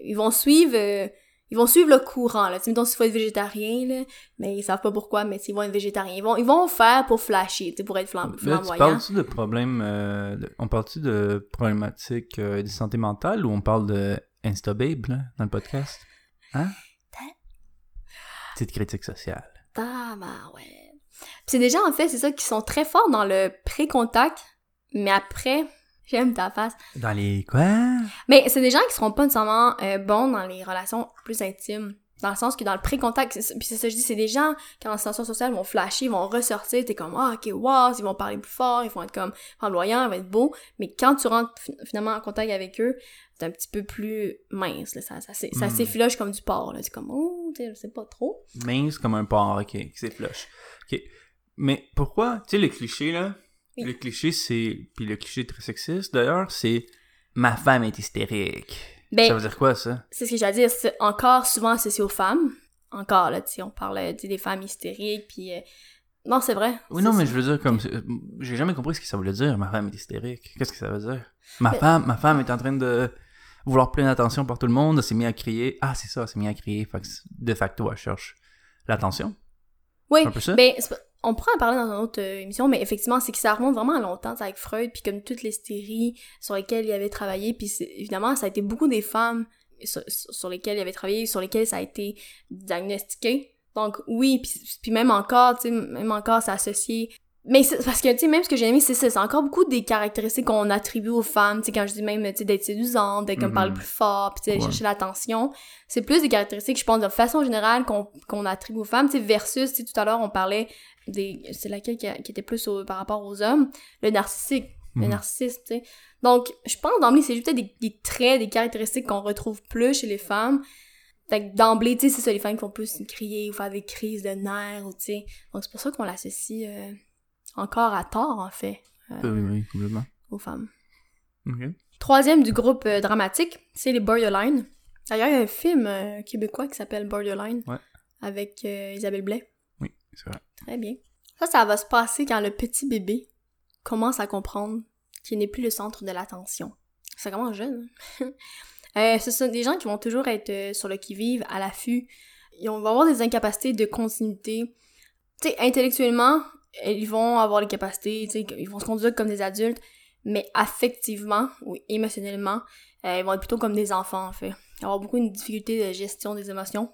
ils vont suivre... euh, ils vont suivre le courant, là. Tu sais, mettons, s'il faut être végétarien, là, mais ils savent pas pourquoi, mais s'ils vont être végétariens, ils vont, ils vont faire pour flasher, tu sais, pour être flam- Là, tu flamboyant. parles-tu de problèmes... euh, de- on parle-tu de problématiques euh, de santé mentale ou on parle de InstaBabe, là, dans le podcast? Hein? Petite critique sociale. ouais. C'est des gens, en fait, c'est ça, qui sont très forts dans le pré-contact, mais après, j'aime ta face. Dans les... Quoi? Mais c'est des gens qui seront pas nécessairement euh, bons dans les relations plus intimes. Dans le sens que dans le pré-contact, c'est ça- puis c'est ça que je dis, c'est des gens qui en situation sociale vont flasher, vont ressortir, t'es comme « Ah, ok, wow! » Ils vont parler plus fort, ils vont être comme flamboyants, ils vont être beaux. Mais quand tu rentres fi- finalement en contact avec eux, c'est un petit peu plus mince, là, ça, ça, s'é- ça Mm. s'effiloche comme du porc, là. C'est comme « Oh, tu sais, je sais pas trop. » mince comme un porc, ok, qui s'effloche. Ok. Mais pourquoi, tu sais, le cliché, là, Oui. le cliché, c'est, puis le cliché très sexiste, d'ailleurs, c'est « ma femme est hystérique Ben- Ça veut dire quoi, ça? c'est ce que j'allais dire, c'est encore souvent associé aux femmes. Encore, là, tu sais, on parle euh, tu sais, des femmes hystériques, puis... euh, Non, c'est vrai. Oui, C'est non, ça. mais je veux dire, comme, c'est- euh, j'ai jamais compris ce que ça voulait dire, « ma femme est hystérique ». Qu'est-ce que ça veut dire? Ma Ben- femme, ma femme est en train de vouloir plein d'attention par tout le monde, elle s'est mise à crier. Ah, c'est ça, elle s'est mise à crier, fait que de facto, elle cherche l'attention. Oui, C'est un peu ça? ben, c'est pas- on pourra en parler dans une autre euh, émission, mais effectivement, c'est que ça remonte vraiment à longtemps tu sais, avec Freud, puis comme toutes les hystéries sur lesquelles il avait travaillé, puis c'est- évidemment, ça a été beaucoup des femmes sur, sur- sur lesquelles il avait travaillé, sur lesquelles ça a été diagnostiqué. Donc oui, puis puis même encore, tu sais, même encore, c'est associé. Mais c'est parce que, tu sais, même ce que j'ai aimé, c'est ça, c'est encore beaucoup des caractéristiques qu'on attribue aux femmes, tu sais, quand je dis même, tu sais, d'être séduisante, d'être comme Mhm. parler plus fort, puis tu sais, Ouais. chercher l'attention. C'est plus des caractéristiques, je pense, de façon générale qu'on qu'on attribue aux femmes, tu sais, versus, tu sais, tout à l'heure, on parlait des... C'est laquelle qui, a- qui était plus au- par rapport aux hommes? Le narcissique. Le Mhm. narcissisme, tu sais. Donc, je pense, d'emblée, c'est juste peut-être des, des traits, des caractéristiques qu'on retrouve plus chez les femmes. Fait que d'emblée, tu sais, c'est ça, les femmes qui vont plus crier ou faire des crises de nerfs, ou tu sais. Donc, c'est pour ça qu'on l'associe euh, encore à tort, en fait, euh, Oui, oui, complètement. aux femmes. Ok. Troisième du groupe euh, dramatique, c'est les Borderline. D'ailleurs, il y a un film euh, québécois qui s'appelle Borderline Ouais. avec euh, Isabelle Blais. Oui, c'est vrai. Très bien. Ça, ça va se passer quand le petit bébé commence à comprendre qu'il n'est plus le centre de l'attention. Ça commence jeune. hein. Euh, ce sont des gens qui vont toujours être euh, sur le qui-vive, à l'affût. Ils vont avoir des incapacités de continuité. Tu sais, intellectuellement, ils vont avoir les capacités, tu sais, ils vont se conduire comme des adultes, mais affectivement ou émotionnellement, euh, ils vont être plutôt comme des enfants, en fait. Ils vont avoir beaucoup une difficulté de gestion des émotions.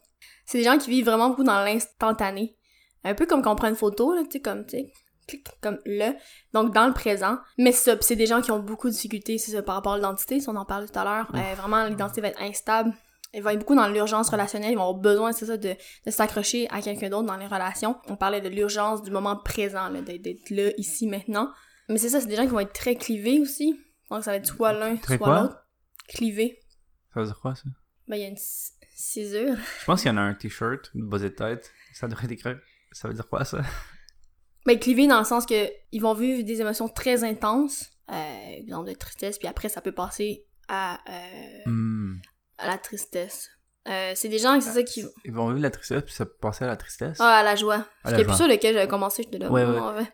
C'est des gens qui vivent vraiment beaucoup dans l'instantané. Un peu comme quand on prend une photo, là, tu sais, comme, tu sais, clic, comme là. Donc, dans le présent. Mais c'est ça, puis c'est des gens qui ont beaucoup de difficultés, c'est ça, par rapport à l'identité, si on en parle tout à l'heure. Ouf. Euh, vraiment, l'identité va être instable. Ils vont être beaucoup dans l'urgence relationnelle, ils vont avoir besoin, c'est ça, de, de s'accrocher à quelqu'un d'autre dans les relations. On parlait de l'urgence du moment présent, là, d'être d'être là, ici, maintenant. Mais c'est ça, c'est des gens qui vont être très clivés aussi. Donc, ça va être soit l'un, Très soit quoi? l'autre. Clivé. Ça veut dire quoi, ça? Ben, il y a une c- césure. Je pense qu'il y en a un t-shirt, une basée de tête. Ça devrait être écrit. Ça veut dire quoi, ça? Ben, clivé dans le sens que ils vont vivre des émotions très intenses, euh, exemple de tristesse, puis après, ça peut passer à, euh, Hmm. à la tristesse. Euh, c'est des gens, c'est ça qui... Ils vont vivre la tristesse, puis ça peut passer à la tristesse. Ah, à la joie. Ah, À la J'étais plus joie. sûre lequel j'avais commencé, j'étais là. Ouais, oh, ouais. ouais.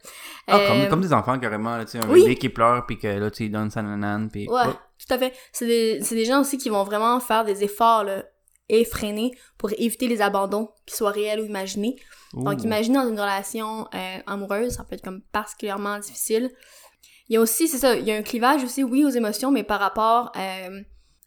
Ah, Euh, comme, comme des enfants, carrément. Là, tu sais, un oui. bébé qui pleure, puis que là, tu lui donnes sa nanane, puis... Ouais, oh, tout à fait. C'est des, c'est des gens aussi qui vont vraiment faire des efforts là, effrénés pour éviter les abandons, qu'ils soient réels ou imaginés. Donc, ouh. imaginez dans une relation euh, amoureuse, ça peut être comme particulièrement difficile. Il y a aussi, c'est ça, il y a un clivage aussi, oui, aux émotions, mais par rapport euh,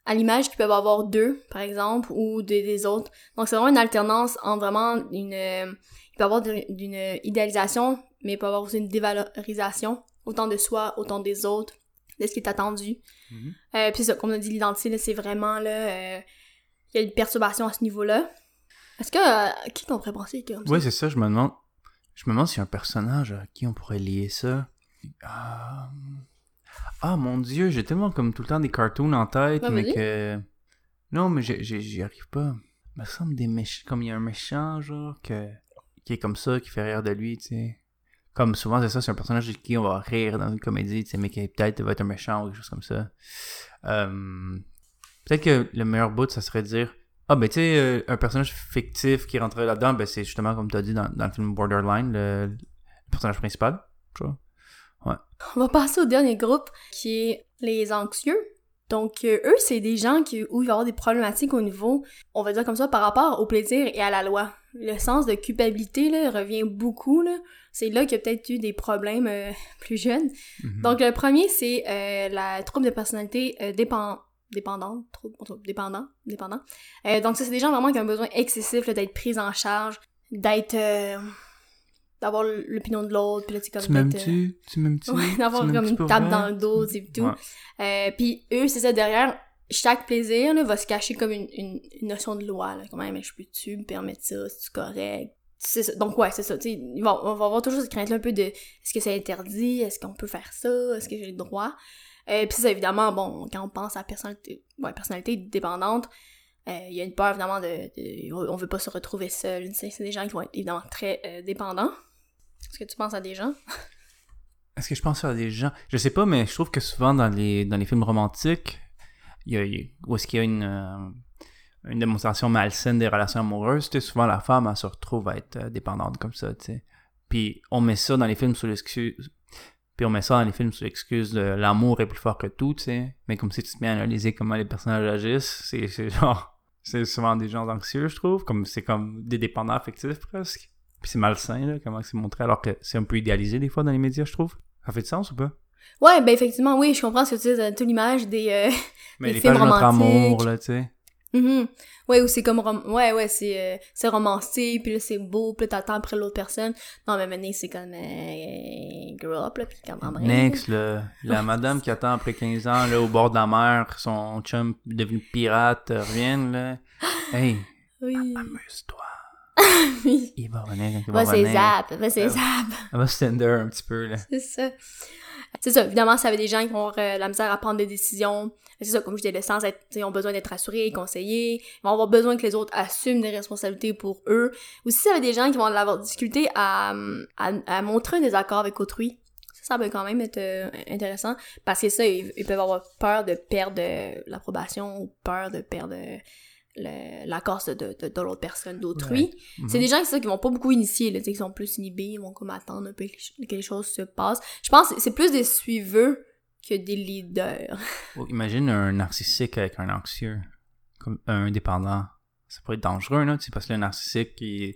à l'image qu'ils peuvent avoir d'eux, par exemple, ou de- des autres. Donc, c'est vraiment une alternance en vraiment une... euh, il peut y avoir d'une- d'une idéalisation, mais il peut y avoir aussi une dévalorisation, autant de soi, autant des autres, de ce qui est attendu. Mhm. Euh, puis ça, comme on a dit, l'identité, là, c'est vraiment là. euh, il y a une perturbation à ce niveau-là. Est-ce que. euh, qui qu'on pourrait penser que comme ça? Oui, c'est ça, je me demande. Je me demande s'il y a un personnage à qui on pourrait lier ça. Ah, Ah, mon dieu, j'ai tellement comme tout le temps des cartoons en tête, Ouais, mais vas-y. que. Non, mais j'ai- j'ai- j'y arrive pas. Il me semble des méch- comme il y a un méchant, genre, que... qui est comme ça, qui fait rire de lui, tu sais. Comme souvent, c'est ça, c'est un personnage de qui on va rire dans une comédie, tu sais, mais qui peut-être va être un méchant ou quelque chose comme ça. Euh, Peut-être que le meilleur bout, ça serait de dire ah, ben, tu sais, euh, un personnage fictif qui rentrait là-dedans, ben, c'est justement, comme tu as dit dans, dans le film Borderline, le, le personnage principal, tu vois. On va passer au dernier groupe qui est les anxieux. Donc, euh, eux, c'est des gens qui, où il va y avoir des problématiques au niveau, on va dire comme ça, par rapport au plaisir et à la loi. Le sens de culpabilité, là, revient beaucoup, là. C'est là qu'il y a peut-être eu des problèmes euh, plus jeunes. Mhm. Donc, le premier, c'est euh, la trouble de personnalité euh, dépen- dépendante, trouble, en tout cas, dépendant, dépendant. Euh, donc, ça, c'est des gens vraiment qui ont un besoin excessif là, d'être pris en charge, d'être... euh, d'avoir l'opinion de l'autre, puis là, c'est comme... tu d'être, euh, m'aimes-tu? Tu m'aimes-tu? Ouais, d'avoir Tu comme m'aimes-tu une pour tape vrai? dans le dos, tu sais, pis tout. Ouais. Euh, puis eux, c'est ça, derrière chaque plaisir, là, va se cacher comme une, une- une notion de loi, là. Comment, mais je peux-tu me permettre ça? C'est-tu correct? C'est ça. Donc, ouais, c'est ça. tu sais, ils vont- on va avoir toujours cette crainte-là un peu de est-ce que c'est interdit? Est-ce qu'on peut faire ça? Est-ce que j'ai le droit? Euh, puis ça, évidemment, bon, quand on pense à personnalité, ouais, personnalité dépendante, euh, il y a une peur, évidemment, de, de- on veut pas se retrouver seul. tu sais, C'est des gens qui vont être, évidemment, très euh, dépendants. Est-ce que tu penses à des gens? Est-ce que je pense à des gens? Je sais pas, mais je trouve que souvent dans les, dans les films romantiques, il y a- il y a- où est-ce qu'il y a une, euh, une démonstration malsaine des relations amoureuses, tu sais, souvent la femme, elle se retrouve à être euh, dépendante comme ça, tu sais. Puis on met ça dans les films sous l'excuse... Puis on met ça dans les films sous l'excuse de l'amour est plus fort que tout, tu sais. Mais comme si tu te mets à analyser comment les personnages agissent, c'est c'est genre... C'est souvent des gens anxieux, je trouve. comme C'est comme des dépendants affectifs, presque. Puis c'est malsain, là, comment c'est montré, alors que c'est un peu idéalisé des fois dans les médias, je trouve. Ça fait du sens ou pas? Ouais, ben effectivement, oui, je comprends ce que tu dis, euh, toute l'image des... euh, Mais Les les films pages de notre romantiques. amour, là, tu sais. mhm. Ouais, où c'est comme... rom- Ouais, ouais, c'est euh, c'est romancé, puis là, c'est beau, puis là, t'attends après l'autre personne. Non, mais maintenant, c'est comme... Euh, grow up, là, puis comme... en vrai, Next, là, la madame qui attend après 15 ans, là, au bord de la mer, son chum devenu pirate, euh, revienne, là. Hey, Oui, amuse-toi. oui. Il va revenir quand il va Va, c'est revenir. zap, va, c'est Euh, zap, Elle va se tender un petit peu, là. c'est ça. C'est ça, évidemment, ça avait des gens qui vont avoir euh, la misère à prendre des décisions. C'est ça, comme je disais, le sens, être- tu sais, ils ont besoin d'être assurés, conseillés. Ils vont avoir besoin que les autres assument des responsabilités pour eux. Aussi, ça avait des gens qui vont avoir de la difficulté à, à, à montrer un désaccord avec autrui. Ça, ça peut quand même être euh, intéressant. Parce que ça, ils, ils peuvent avoir peur de perdre euh, l'approbation ou peur de perdre euh, le- l'accord de, de, de, de l'autre personne, d'autrui. C'est Mhm. des gens qui, ça, qui vont pas beaucoup initier, là, tu sais, qui sont plus inhibés, ils vont comme attendre un peu que les ch- que les choses se passent. Je pense que c'est plus des suiveurs que des leaders. Oh, imagine un narcissique avec un anxieux, comme un dépendant. Ça pourrait être dangereux, là, tu sais, parce que le narcissique, il,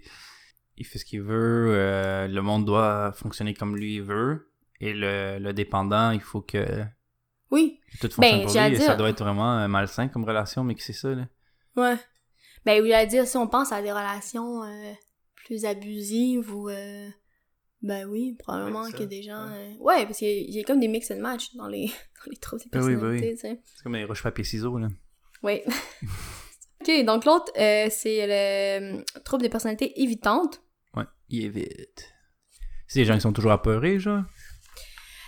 il fait ce qu'il veut, euh, le monde doit fonctionner comme lui veut, et le, le dépendant, il faut que Oui, tout fonctionne pour j'ai à lui, et Ben, dire- ça doit être vraiment euh, malsain comme relation, mais que c'est ça, là. ouais. Ben, oui, à dire, si on pense à des relations euh, plus abusives ou... euh, ben oui, probablement Ouais, ça, que des gens... ouais. euh, Ouais, parce qu'il y a- il y a comme des mix and match dans les, dans les troubles des Ah oui, bah oui. personnalités, tu sais. C'est comme les roches-papier-ciseaux, là. Oui. ok, donc l'autre, euh, c'est le euh, trouble des personnalités évitantes. Ouais, il évite. C'est des gens qui sont toujours apeurés, genre.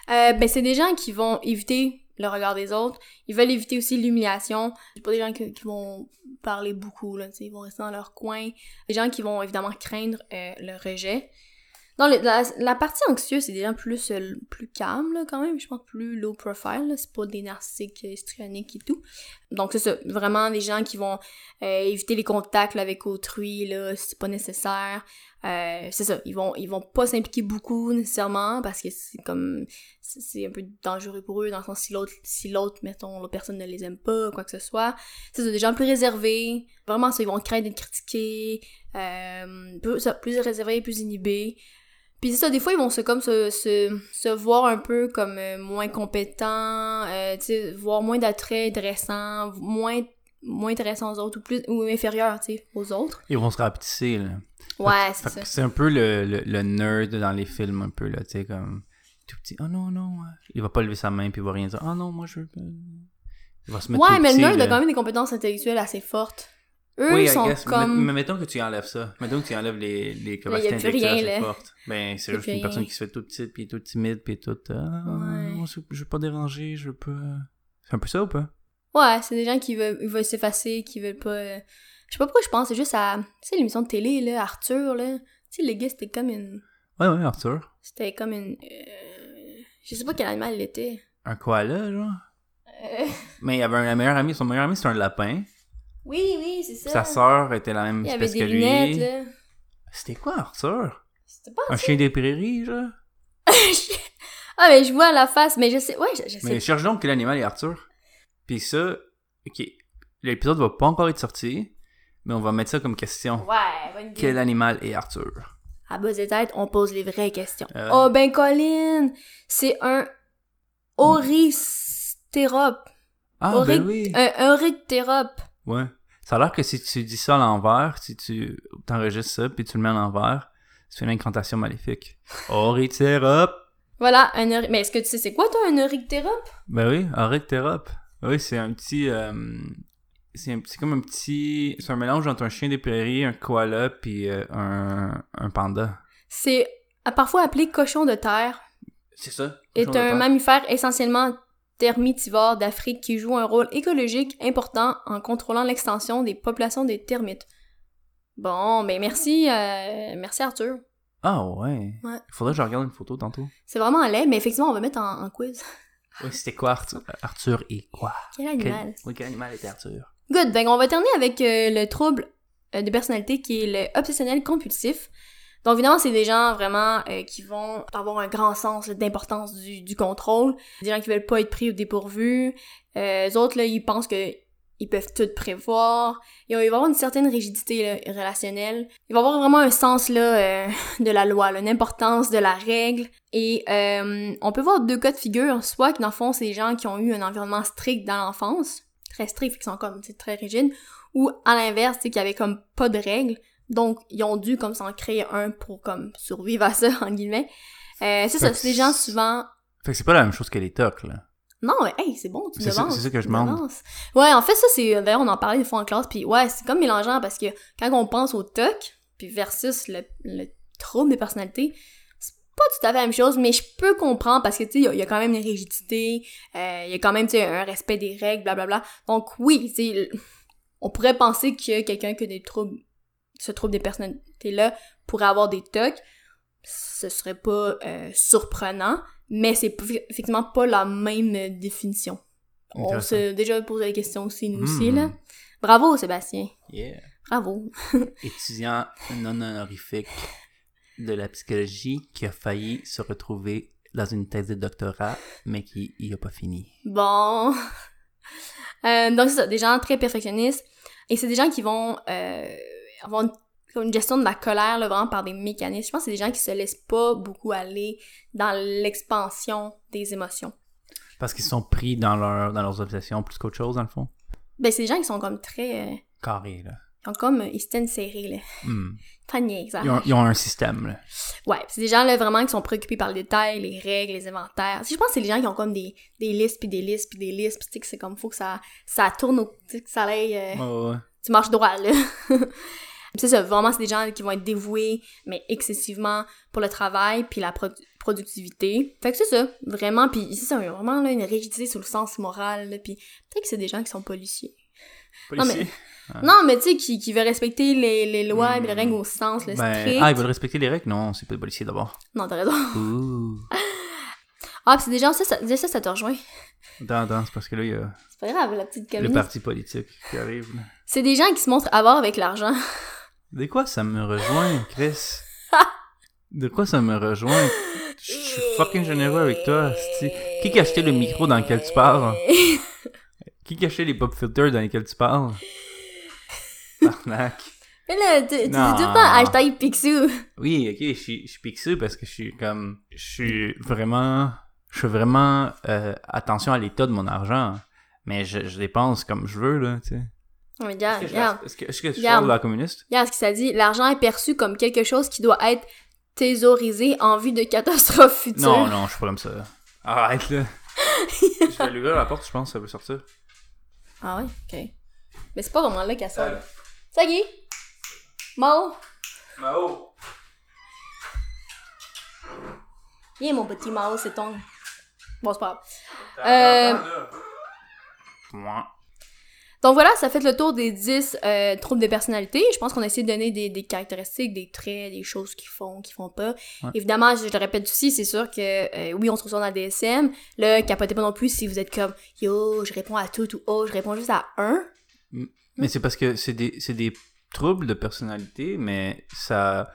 Euh, ben, c'est des gens qui vont éviter le regard des autres. Ils veulent éviter aussi l'humiliation. C'est pas des gens qui, qui vont parler beaucoup, là, tu sais, ils vont rester dans leur coin. Des gens qui vont évidemment craindre euh, le rejet. Dans le- la, la partie anxieuse, c'est des gens plus, euh, plus calmes, là, quand même. Je pense plus low profile, là. C'est pas des narcissiques euh, histrioniques et tout. Donc, c'est ça. Vraiment des gens qui vont euh, éviter les contacts là, avec autrui, là, si c'est pas nécessaire. Euh, c'est ça. Ils vont, ils vont pas s'impliquer beaucoup, nécessairement, parce que c'est comme c'est- c'est un peu dangereux pour eux dans le sens si l'autre si l'autre mettons l'autre personne ne les aime pas quoi que ce soit c'est ça, des gens plus réservés vraiment ça ils vont craindre d'être critiqués euh, plus, ça, plus réservés plus inhibés puis c'est ça des fois ils vont se comme se, se, se voir un peu comme euh, moins compétents euh, tu sais voir moins d'attrait intéressant moins moins intéressant aux autres ou plus ou inférieur tu sais aux autres Ils vont se rapetisser, là. ouais Fait c'est ça que C'est un peu le, le, le nerd dans les films, un peu, là, tu sais, comme tout petit. Oh non, non. euh. Il va pas lever sa main puis il va Ah rien dire. Oh non, moi je veux. pas. Il va se mettre ouais tout mais le petit, nerd là. a quand même des compétences intellectuelles assez fortes Eux oui, I sont guess. comme. Mais, mais mettons que tu enlèves ça. Mettons que tu enlèves les, les capacités Là, y a plus intellectuelles rien, à cette là. porte. Ben, c'est Y a juste plus une personne rien. qui se fait toute petite, puis toute timide, puis toute... Ah, Ouais. on se- je veux pas déranger, je veux pas... C'est un peu ça ou pas? Ouais, c'est des gens qui veulent, ils veulent s'effacer, qui veulent pas. euh, Je sais pas pourquoi je pense, c'est juste à. Tu sais, l'émission de télé, là, Arthur, là. Tu sais, le gars, c'était comme une. Ouais, ouais, Arthur. C'était comme une. euh, Je sais pas quel animal il était. Un koala, genre. Euh, Mais il y avait un meilleur ami, son meilleur ami, c'était un lapin. Oui, oui, c'est Puis ça. Sa sœur était la même Il y avait espèce que des lui. lunettes, là. Ah, C'était quoi, Arthur? C'était pas. Un chien des prairies, genre? ah, mais je vois la face, mais je sais. Ouais, je, je sais. Mais cherche donc quel animal est Arthur. Puis ça, ok, l'épisode va pas encore être sorti, mais on va mettre ça comme question. Ouais, bonne idée. Quel animal est Arthur? À bas des têtes, on pose les vraies questions. Euh. Oh, ben, Colin, c'est un. Oristérope. Mm. Ah, Auric- ben oui! Un Oryctérope. Ouais. Ça a l'air que si tu dis ça à l'envers, si tu t'enregistres ça, puis tu le mets à l'envers, c'est une incantation maléfique. Oryctérop! Voilà, un ori- Mais est-ce que tu sais c'est quoi, toi, un Oryctérope? Ben oui, Oryctérop. Oui, c'est un petit... euh, c'est un- c'est comme un petit... C'est un mélange entre un chien des prairies, un koala, puis euh, un, un panda. C'est euh, parfois appelé cochon de terre. C'est ça. est un mammifère essentiellement termitivore d'Afrique qui joue un rôle écologique important en contrôlant l'extension des populations des termites. Bon, ben merci, euh, merci Arthur. Ah ouais. Ouais. Il faudrait que je regarde une photo tantôt. C'est vraiment laid, mais effectivement, on va mettre en, en quiz. Oui, c'était quoi Arthur? Euh, Arthur et quoi? Quel animal. Oui, quel animal était Arthur? Good, ben on va terminer avec euh, le trouble euh, de personnalité qui est le obsessionnel compulsif. Donc évidemment, c'est des gens vraiment euh, qui vont avoir un grand sens là, d'importance du, du contrôle, des gens qui veulent pas être pris au dépourvu. Euh, les autres là, ils pensent que ils peuvent tout prévoir. Ils vont- il va y avoir une certaine rigidité là, relationnelle. Il va y avoir vraiment un sens là euh, de la loi, là, une importance de la règle. Et euh, on peut voir deux cas de figure, soit que dans le fond, c'est des gens qui ont eu un environnement strict dans l'enfance, très strict, fait qu'ils sont comme tu sais, très rigides, ou à l'inverse, tu sais, qui avaient comme pas de règles, donc ils ont dû comme s'en créer un pour comme survivre à ça, entre guillemets. Euh, c'est ça, c'est des gens souvent... Fait que c'est pas la même chose que les tocs, là. Non, mais hey, c'est bon, tu C'est ça- devances, c'est ça que je tu demande. devances. Ouais, en fait, ça, c'est... euh, D'ailleurs, on en parlait des fois en classe, puis ouais, c'est comme mélangeant, parce que quand on pense au TOC, puis versus le, le trouble de personnalité, c'est pas tout à fait la même chose, mais je peux comprendre, parce que, tu sais, il y a- il y, a quand même une rigidité, euh, il y a quand même, tu sais, un respect des règles, blablabla. Donc oui, tu sais, on pourrait penser que quelqu'un qui a des troubles, ce trouble des personnalités-là, pourrait avoir des TOC. Ce serait pas euh, surprenant, mais c'est p- effectivement pas la même euh, définition. On Intéressant. s'est déjà posé la question aussi, nous Hmm. aussi, là. Bravo, Sébastien. Yeah. Bravo. Étudiant non honorifique de la psychologie qui a failli se retrouver dans une thèse de doctorat, mais qui y a pas fini. Bon. Euh, donc, c'est ça, des gens très perfectionnistes. Et c'est des gens qui vont euh, avoir une, comme une gestion de la colère, là, vraiment par des mécanismes. Je pense que c'est des gens qui se laissent pas beaucoup aller dans l'expansion des émotions. Parce qu'ils sont pris dans, leur, dans leurs obsessions plus qu'autre chose, dans le fond. Ben, c'est des gens qui sont comme très... euh, Carré, là. ils ont comme... euh, Ils se tiennent serrés, là. Hmm. Pas de niaise, hein. Ils, ont, ils ont un système, là. Ouais, pis c'est des gens là vraiment qui sont préoccupés par le détail, les règles, les inventaires. Je pense que c'est les gens qui ont comme des, des listes puis des listes puis des listes, puis tu sais que c'est comme faut que ça ça tourne au tu sais, que ça aille euh, Ouais, ouais, ouais. tu marches droit là. c'est ça, vraiment c'est des gens qui vont être dévoués mais excessivement pour le travail puis la produ- productivité. Fait que c'est ça, vraiment puis c'est ça, ils ont vraiment là une rigidité sur le sens moral là, puis peut-être que c'est des gens qui sont policiers. Non, mais- Policier. Non, mais tu sais qui, qui veut respecter les, les lois et les Hmm. règles au sens le Ben, strict. ah, ils veulent respecter les règles? Non, c'est pas des policiers d'abord. Non, t'as raison. Ouh. Ah, pis c'est des gens ça ça, déjà, ça ça te rejoint. Attends, attends, c'est parce que là, il y a C'est pas grave, la petite le communiste. parti politique qui arrive. là. C'est des gens qui se montrent avares avec l'argent. De quoi ça me rejoint, Chris? De quoi ça me rejoint? Je suis fucking généreux avec toi, esti. Qui qui a acheté le micro dans lequel tu parles? Qui qui a acheté les pop filters dans lesquels tu parles? Arnaque. Mais là, tu tu dis tout Non. le temps hashtag Picsou. Oui, ok, je suis, je suis pixeux parce que je suis comme. Je suis vraiment. Je fais vraiment euh, attention à l'état de mon argent. Mais je, je dépense comme je veux, là, tu sais. Oh, Est-ce regarde, que je- regarde. est-ce que, est-ce que je Regarde. parle de la communiste? Regarde ce que ça dit. L'argent est perçu comme quelque chose qui doit être thésaurisé en vue de catastrophes futures. Non, non, je suis pas comme ça. Arrête, là. je vais lui ouvrir la porte, je pense, ça veut sortir. Euh. Ah ouais? Ok. Mais c'est pas vraiment là qu'elle sort. Sagui. Mao. Mao. Viens, mon petit Mao, c'est ton. Bon, c'est pas grave. Euh, Moi. Donc voilà, ça fait le tour des 10 euh, troubles de personnalité. Je pense qu'on a essayé de donner des, des caractéristiques, des traits, des choses qu'ils font, qu'ils font pas. Ouais. Évidemment, je, je le répète aussi, c'est sûr que euh, oui, on se retrouve dans le DSM. Là, capotez pas non plus si vous êtes comme yo, je réponds à tout ou oh, je réponds juste à un. Mais c'est parce que c'est des, c'est des troubles de personnalité, mais ça,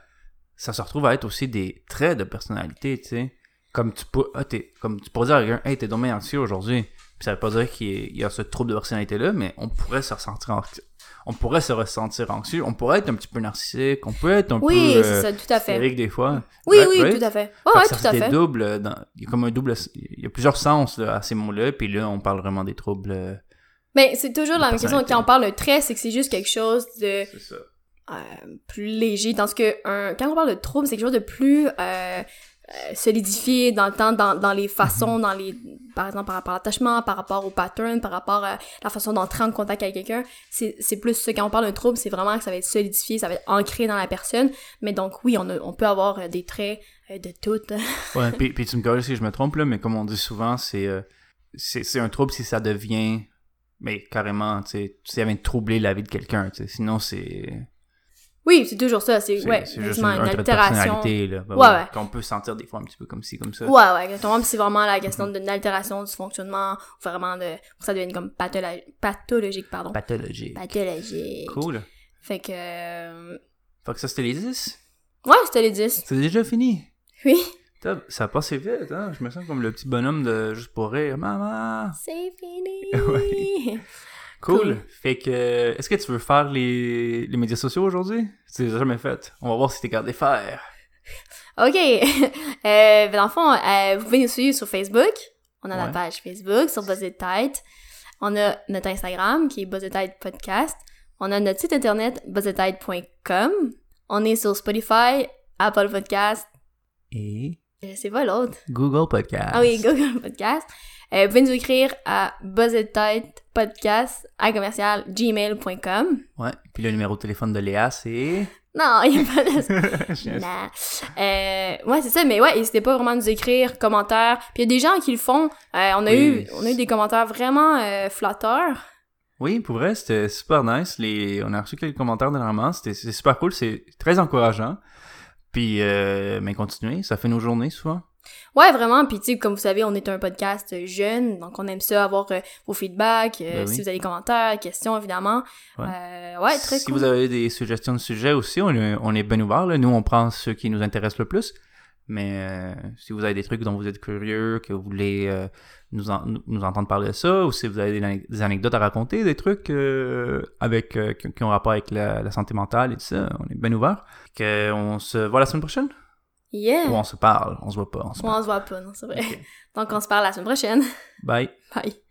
ça se retrouve à être aussi des traits de personnalité, tu sais. Comme tu peux, ah, t'es- comme tu pourrais dire à quelqu'un, hey, t'es donc bien anxieux aujourd'hui. Puis ça veut pas dire qu'il y ait- il y a ce trouble de personnalité-là, mais on pourrait se ressentir anxieux. On pourrait se ressentir anxieux. On pourrait être un petit peu narcissique. On peut être un Oui, peu. euh, c'est ça, tout à fait. hystérique des fois. Oui, Right, oui, right? tout à fait. Fait Ouais, que ouais, ça tout à fait. Double dans, il y a comme un double. Il y a plusieurs sens là, à ces mots-là, puis là, on parle vraiment des troubles. euh, Mais c'est toujours la même question. personnalité. Quand on parle de trait, c'est que c'est juste quelque chose de C'est ça. euh, plus léger. Tandis que un, quand on parle de trouble, c'est quelque chose de plus euh, euh, solidifié dans le temps, dans, dans les façons, dans les, par exemple, par rapport à l'attachement, par rapport au pattern, par rapport à la façon d'entrer en contact avec quelqu'un. C'est c'est plus ça. Quand on parle d'un trouble, c'est vraiment que ça va être solidifié, ça va être ancré dans la personne. Mais donc, oui, on, a- on peut avoir euh, des traits euh, de toutes. Ouais, puis, puis tu me corriges si je me trompe, là, mais comme on dit souvent, c'est euh, c'est c'est un trouble si ça devient. Mais carrément, tu sais, ça vient de troubler la vie de quelqu'un, tu sais. Sinon, c'est. Oui, c'est toujours ça. C'est C'est ouais, c'est juste une, effectivement, un trait de personnalité, là. Ben Ouais, oui, ouais. Qu'on peut sentir des fois un petit peu comme ci, comme ça. Ouais, ouais, exactement. Puis c'est vraiment la question d'une altération du fonctionnement, ou vraiment de, pour que ça devienne comme patholo- pathologique, pardon. Pathologique. Pathologique. Cool. Fait que, euh, Fait que ça, c'était les 10. ouais, c'était les 10. C'est déjà fini. Oui. Top, Ça a passé vite, hein? Je me sens comme le petit bonhomme de Juste pour rire. Maman! C'est fini. Ouais. Cool. Cool. Fait que, euh, est-ce que tu veux faire les, les médias sociaux aujourd'hui? Tu les as jamais faites. On va voir si t'es capable de les faire. OK. Euh, ben, dans le fond, euh, vous pouvez nous suivre sur Facebook. On a la Ouais. page Facebook sur Buzz de Tête. On a notre Instagram qui est Buzz de Tête Podcast. On a notre site internet buzzetête.com. On est sur Spotify, Apple Podcast. Et Je sais pas l'autre. Google Podcast. Ah oui, Google Podcast. Euh, vous pouvez nous écrire à buzzetêtepodcast à commercial gmail.com. Ouais. Puis le numéro de téléphone de Léa, c'est... Non, il n'y a pas de... Yes. Nah. Euh, ouais, c'est ça, mais ouais, n'hésitez pas vraiment à nous écrire, commentaires. Puis il y a des gens qui le font. Euh, on, a eu, Oui. on a eu des commentaires vraiment euh, flatteurs. oui, pour vrai, c'était super nice. Les... On a reçu quelques commentaires dernièrement. C'était c'est super cool. C'est très encourageant. Puis, euh, mais continuez. Ça fait nos journées, souvent. Ouais, vraiment. Puis, tu sais, comme vous savez, on est un podcast euh, jeune, donc on aime ça, avoir euh, vos feedbacks, euh, Ben oui. si vous avez des commentaires, questions, évidemment. Ouais. Euh, ouais, très si cool. vous avez des suggestions de sujets aussi, on, est- on est bien ouvert. là. Nous, on prend ceux qui nous intéressent le plus. Mais euh, si vous avez des trucs dont vous êtes curieux, que vous voulez euh, nous, en- nous- nous entendre parler de ça, ou si vous avez des, an- des anecdotes à raconter, des trucs euh, avec euh, qui, qui ont rapport avec la, la santé mentale et tout ça, on est bien ouvert. Que on se voit la semaine prochaine? Yeah! Ou on se parle, on se voit pas, on se Ouais, parle. on se voit pas, non, c'est vrai. Ok. Donc, on se parle la semaine prochaine. Bye. Bye.